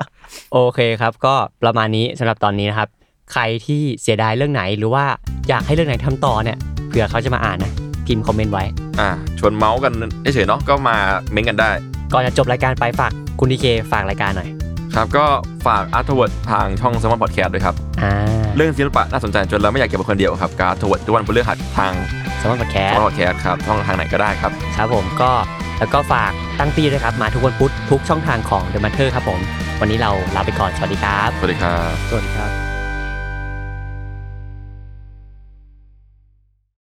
โอเคครับ ก็ประมาณนี้สำหรับตอนนี้นะครับ ใครที่เสียดายเรื่องไหนหรือว่าอยากให้เรื่องไหนทำต่อเนี่ยเผื่อเขาจะมาอ่านนะพิมพ์คอมเมนต์ไว้
อ่ะชวนเมาส์กันเฉยๆเนาะก็มาเม้นกันได้
ก่อนจะจบรายการไปฝากคุณดีเคฝากรายการหน่อย
ครับก็ฝากอาร์ทเวิร์ดทางช่องสมอลพอดแคสต์ด้วยครับ
อ่า
เรื่องศิลปะน่าสนใจจนเราไม่อยากเก็บไว้คนเดียวครับการ์ทเวิร์ดทุกวันพฤหัสทาง
สมัครพอดแค
ส
ส
มอลพอดแคสต์ครับช่องทางไหนก็ได้ครับ
ครับผมก็แล้วก็ฝากตั้งตี้ด้วยครับ มาทุกวันพุธทุกช่องทางของ The Matter ครับผม วันนี้เราลาไปก่อน สวัสดีครับ
สวัสดีครับ
สวัสดีครับ